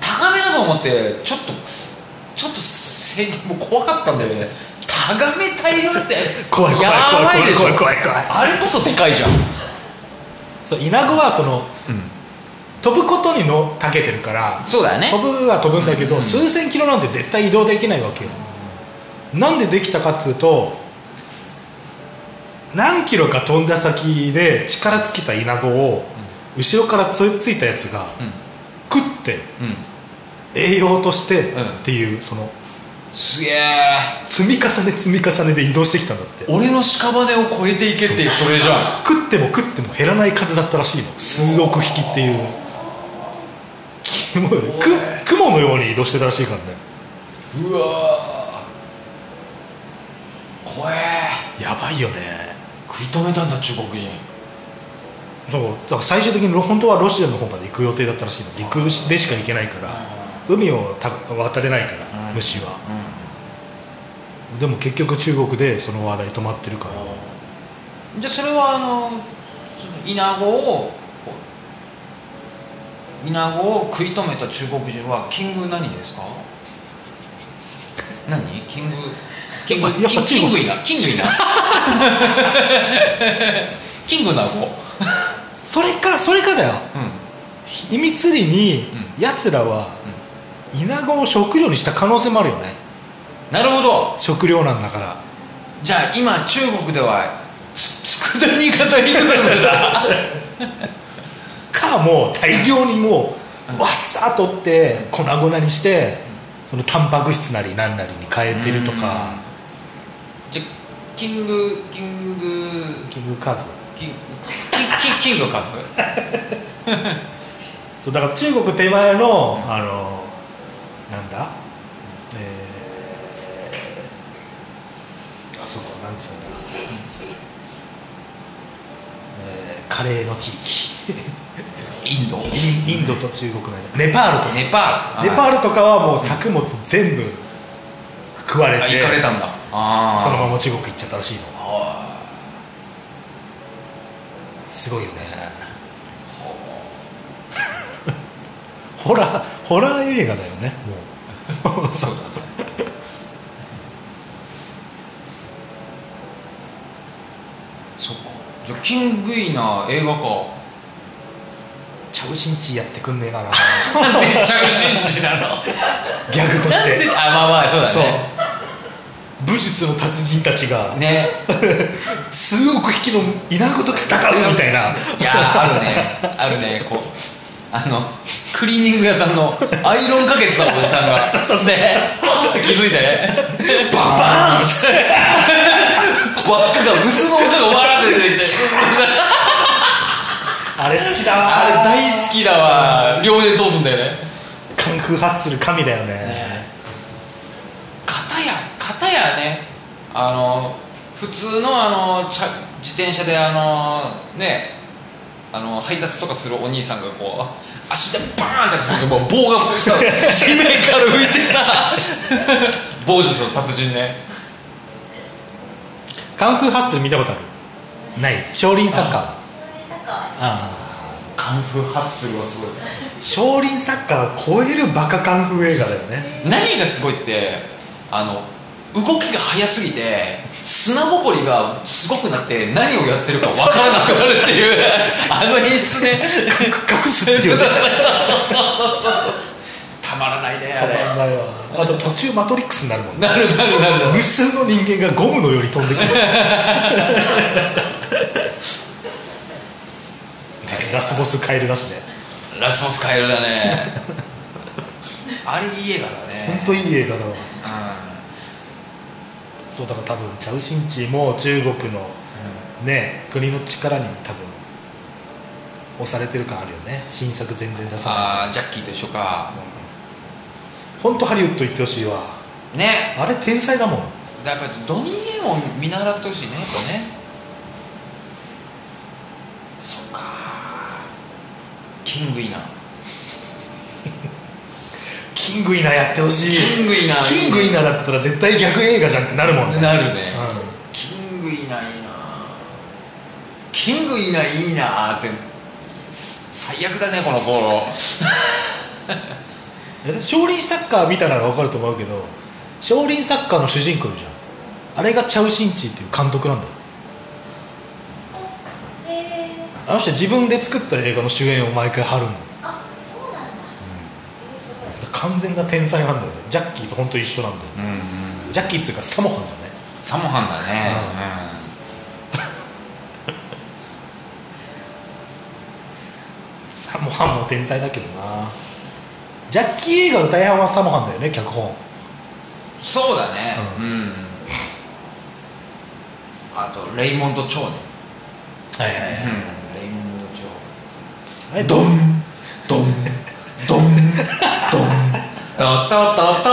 A: タガメだと思ってちょっとすちょっと制限もう怖かったんだよねタガメ大量って
B: 怖い怖い
A: やば
B: 怖い
A: いでしょ
B: 怖い怖い怖い
A: あれこそでかいじゃん、
B: そうイナゴはその飛ぶことにの長けてるから
A: そうだよね
B: 飛ぶは飛ぶんだけど、数千キロなんて絶対移動できないわけよなんでできたかっつうと何キロか飛んだ先で力尽きたイナゴを後ろからつついたやつが食って
A: うん、うん、
B: 栄養として
A: うん
B: っていうその
A: すげえ
B: 積み重ね積み重ねで移動してきたんだって
A: 俺の屍を越えていけっていうそれじゃん
B: 食っても食っても減らない数だったらしいの数億匹っていうキモいよねく雲のように移動してたらしいからね
A: うわー怖え
B: やばいよね
A: 食い止めたんだ中国人
B: そうだから最終的に本当はロシアの方まで行く予定だったらしいの陸でしか行けないから海をた渡れないから
A: うん
B: 虫は
A: うん
B: でも結局中国でその話題止まってるから
A: じゃあそれはあのそのイナゴをこうイナゴを食い止めた中国人はキング何です か何キングキング
B: やっぱやっぱ中
A: キ
B: 国
A: ングイナキングイ ナキングナゴ
B: それかそれかだよ
A: う
B: 秘密裏にやつらはイナゴを食料にした可能性もあるよね
A: んなるほど
B: 食料なんだから
A: じゃあ今中国ではつ佃煮が大量なんだ
B: かもう大量にもうわっさーとって粉々にしてそのタンパク質なりなんなりに変えてるとか
A: じゃあキングキング
B: キングカズ
A: キンキンキンキングカフ
B: そうだから中国手前の、あのなんだえー、あそこなんつうんだろう、えーカレーの地域
A: インド
B: インインドと中国の間ネパールとか
A: ネパール
B: ネパールとかはもう作物全部食われて
A: あ行かれたんだああ
B: そのまま中国行っちゃったらしいのすごいよね
A: は
B: ホラーホラー映画だよね もう
A: そうだねそっかじゃあキングイナー映画か
B: チャウシンチやってくんねえかな
A: なんでチャウシン氏なの
B: ギャグとして
A: なんであまあまあそうだ
B: そう
A: ね
B: 武術の達人たちが
A: ね
B: 数億匹のイナゴと戦うみたいない
A: やーあるねあるねこうあのクリーニング屋さんのアイロンかけてたおじさんが
B: そうそうそう
A: ねはって気づいてね
B: バーンっつって
A: 輪っかが薄の輪っかが笑って出てきて
B: あれ好きだわ
A: あれ大好きだわ両腕どうすんだよね
B: カンフーハッスル神だよね
A: 片や片やねあの普通のあのちゃ自転車であのねあの配達とかするお兄さんがこう足でバーンってするともう棒がさ地面から浮いてさ棒術の達人ね
B: カンフーハッスル見たことあるない少林サッカーは
C: サッカーは
B: ああ
A: カンフーハッスルはすごい
B: 少林サッカーを超えるバカカンフー映画だよね
A: 何がすごいってあの動きが速すぎて砂ぼこりがすごくなって何をやってるか分からなくなるっていうあの演出ね
B: 隠すっていうね
A: たまらないね
B: た
A: あ
B: ま
A: れ
B: んないわあと途中マトリックスになるもんね
A: なるなるなる
B: 無数の人間がゴムのように飛ん でくるラスボスカエルだしね
A: ラスボスカエルだねあれいい映画だね
B: 本当いい映画だわ
A: う
B: そうだから多分チャウシンチーも中国のね国の力に多分押されてる感あるよね新作全然出
A: ん
B: さない
A: さあジャッキーと一緒か
B: 本当ハリウッド行ってほしいわ
A: ね
B: あれ天才だもん
A: やっぱりドニー・イエンを見習ってほしいねやっぱねそっかキングイナ
B: キングイナやってほしい
A: キングイナ
B: キングイナだったら絶対逆映画じゃんってなるもんね
A: なるね
B: う
A: キングイナいいなキングイナいいなって最悪だねこの頃
B: んいや少林サッカー見たなら分かると思うけど少林サッカーの主人公いるじゃんあれがチャウ・シンチーっていう監督なんだよ
C: へえ
B: あの人自分で作った映画の主演を毎回張るんだよ
C: あそうなんだ、えーすごい
B: 完全な天才なんだよねジャッキーと本当一緒なんだよ
A: うんうん
B: ジャッキーっつうかサモハンだね
A: サモハンだね、
B: サモハンも天才だけどなジャッキー映画の大半はサモハンだよね脚本
A: うんそうだねう、
B: うん
A: あとレイモンド・チョウね、
B: はいはいはい
A: レイモンド・チョ
B: あれドンドンドンド ン
A: ウタタタタタタ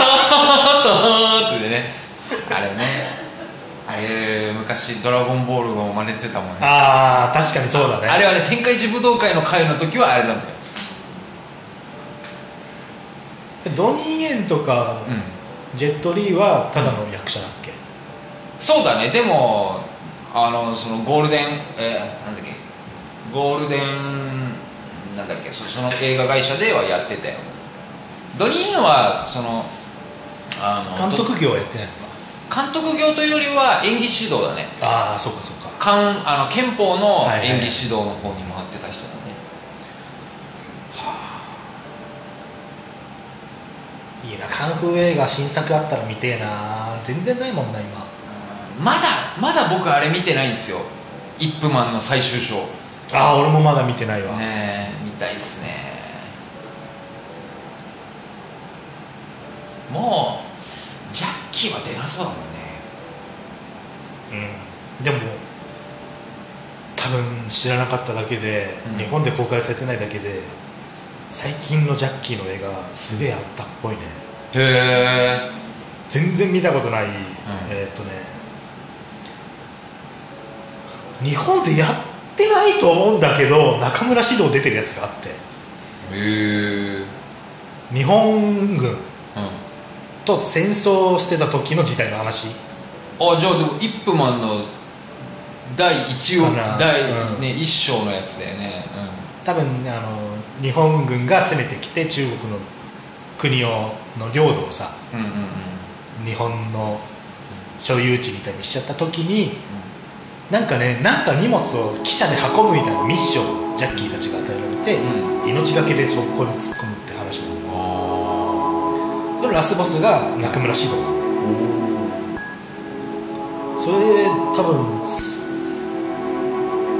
A: タってねあれねあれ昔「ドラゴンボール」を真似てたもんね
B: ああ確かにそうだね
A: あれはね天界一武道会の会の時はあれなんだよ、
B: ドニー・エンとか、
A: うん、
B: ジェット・リーはただの役者だっけ、
A: そうだねでもあのそのゴールデンえーなんだっけゴールデンなんだっけそその映画会社ではやってたよドニーエンはそのあの
B: 監督業はやってないのか
A: 監督業というよりは演技指導だね
B: ああそうかそうか
A: かんあの憲法の
B: はいはい
A: 演技指導の方に回ってた人だね、
B: いいなカンフー映画新作あったら見てえな全然ないもんな今
A: まだまだ僕あれ見てないんですよイップマンの最終章
B: ああ俺もまだ見てないわ、
A: ねえ見たいっすねもうジャッキーは出なそうだもんね
B: うんでも多分知らなかっただけで、
A: うん
B: 日本で公開されてないだけで最近のジャッキーの映画すげえあったっぽいね
A: へえ
B: 全然見たことない、えーっとね日本でやってないと思うんだけど中村獅童出てるやつがあって
A: へえ
B: 日本軍
A: う
B: と戦争をしてた時の時代の話
A: んあじゃあでもイップマンの第1
B: かな
A: 話第、
B: うん
A: ね一章のやつだよね
B: 多分あの日本軍が攻めてきて中国の国をの領土をさ
A: うんうんうん
B: 日本の所有地みたいにしちゃった時になんかねなんか荷物を汽車で運ぶみたいなミッションをジャッキーたちが与えられて、
A: う
B: 命がけでそこに突っ込むって話なの
A: あ
B: それラスボスが中村獅童なの
A: あ
B: それ多分す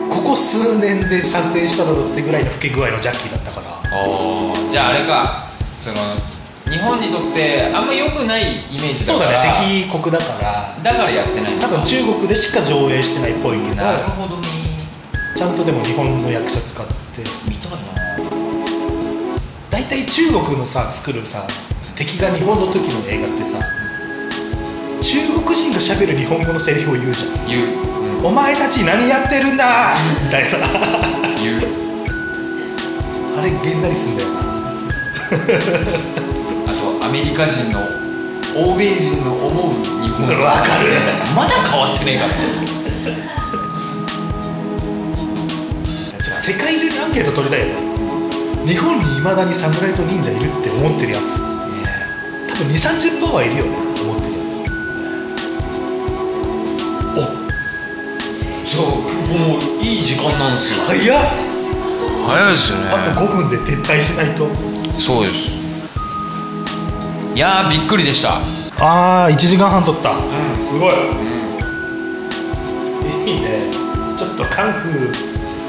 B: ここ数年で撮影したのってぐらいの老け具合のジャッキーだったから
A: おーじゃああれかその日本にとってあんま良くないイメージだ
B: そう
A: から
B: だね敵国だから
A: だからやってない
B: 多分中国でしか上映してないっぽいけど
A: なるほどね
B: ちゃんとでも日本の役者使って
A: 見たいな
B: 大体中国のさ作るさ敵が日本の時の映画ってさ中国人がしゃべる日本語のセリフを言うじゃん
A: 言う、うん
B: 「お前たち何やってるんだ!」みたいな
A: 言う
B: あれげんなりすんだよな
A: あとアメリカ人の欧米人の思う日本
B: わかる
A: まだ変わってねえかって
B: 世界中にアンケート取りたいよね日本にいまだに侍と忍者いるって思ってるやつ多分2 3 0はいるよね思ってるやつお
A: そうもういい時間なんですよ
B: 早っ
A: 早いですね
B: あと5分で撤退しないと
A: そうですいやーびっくりでした
B: ああ1時間半取った、すごい、いいねちょっとカンフー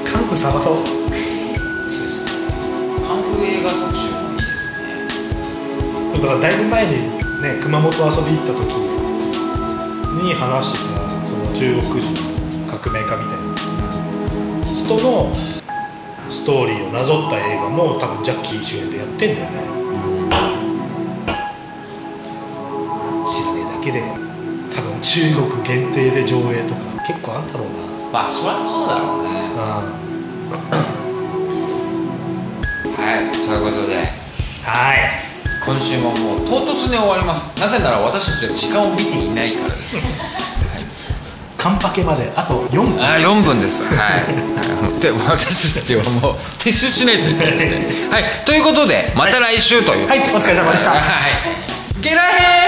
B: カンフー探そう
A: そうですカンフー映画特集もいいですね
B: だからだいぶ前にね熊本遊び行った時に話してたその中国人革命家みたいな人のストーリーをなぞった映画も多分ジャッキー主演でやってんだよね知らねえだけで多分中国限定で上映とか結構あんだろう
A: まあそりゃそうだろうね
B: なうん
A: はいということで
B: はい
A: 今週ももう唐突に終わりますなぜなら私たちは時間を見ていないからです
B: カンパケまであと4分
A: あ4分 ですはいで私たちは もう撤収しないといけないはいということでまた来週という
B: はいお疲れ様でした
A: はいゲラヘー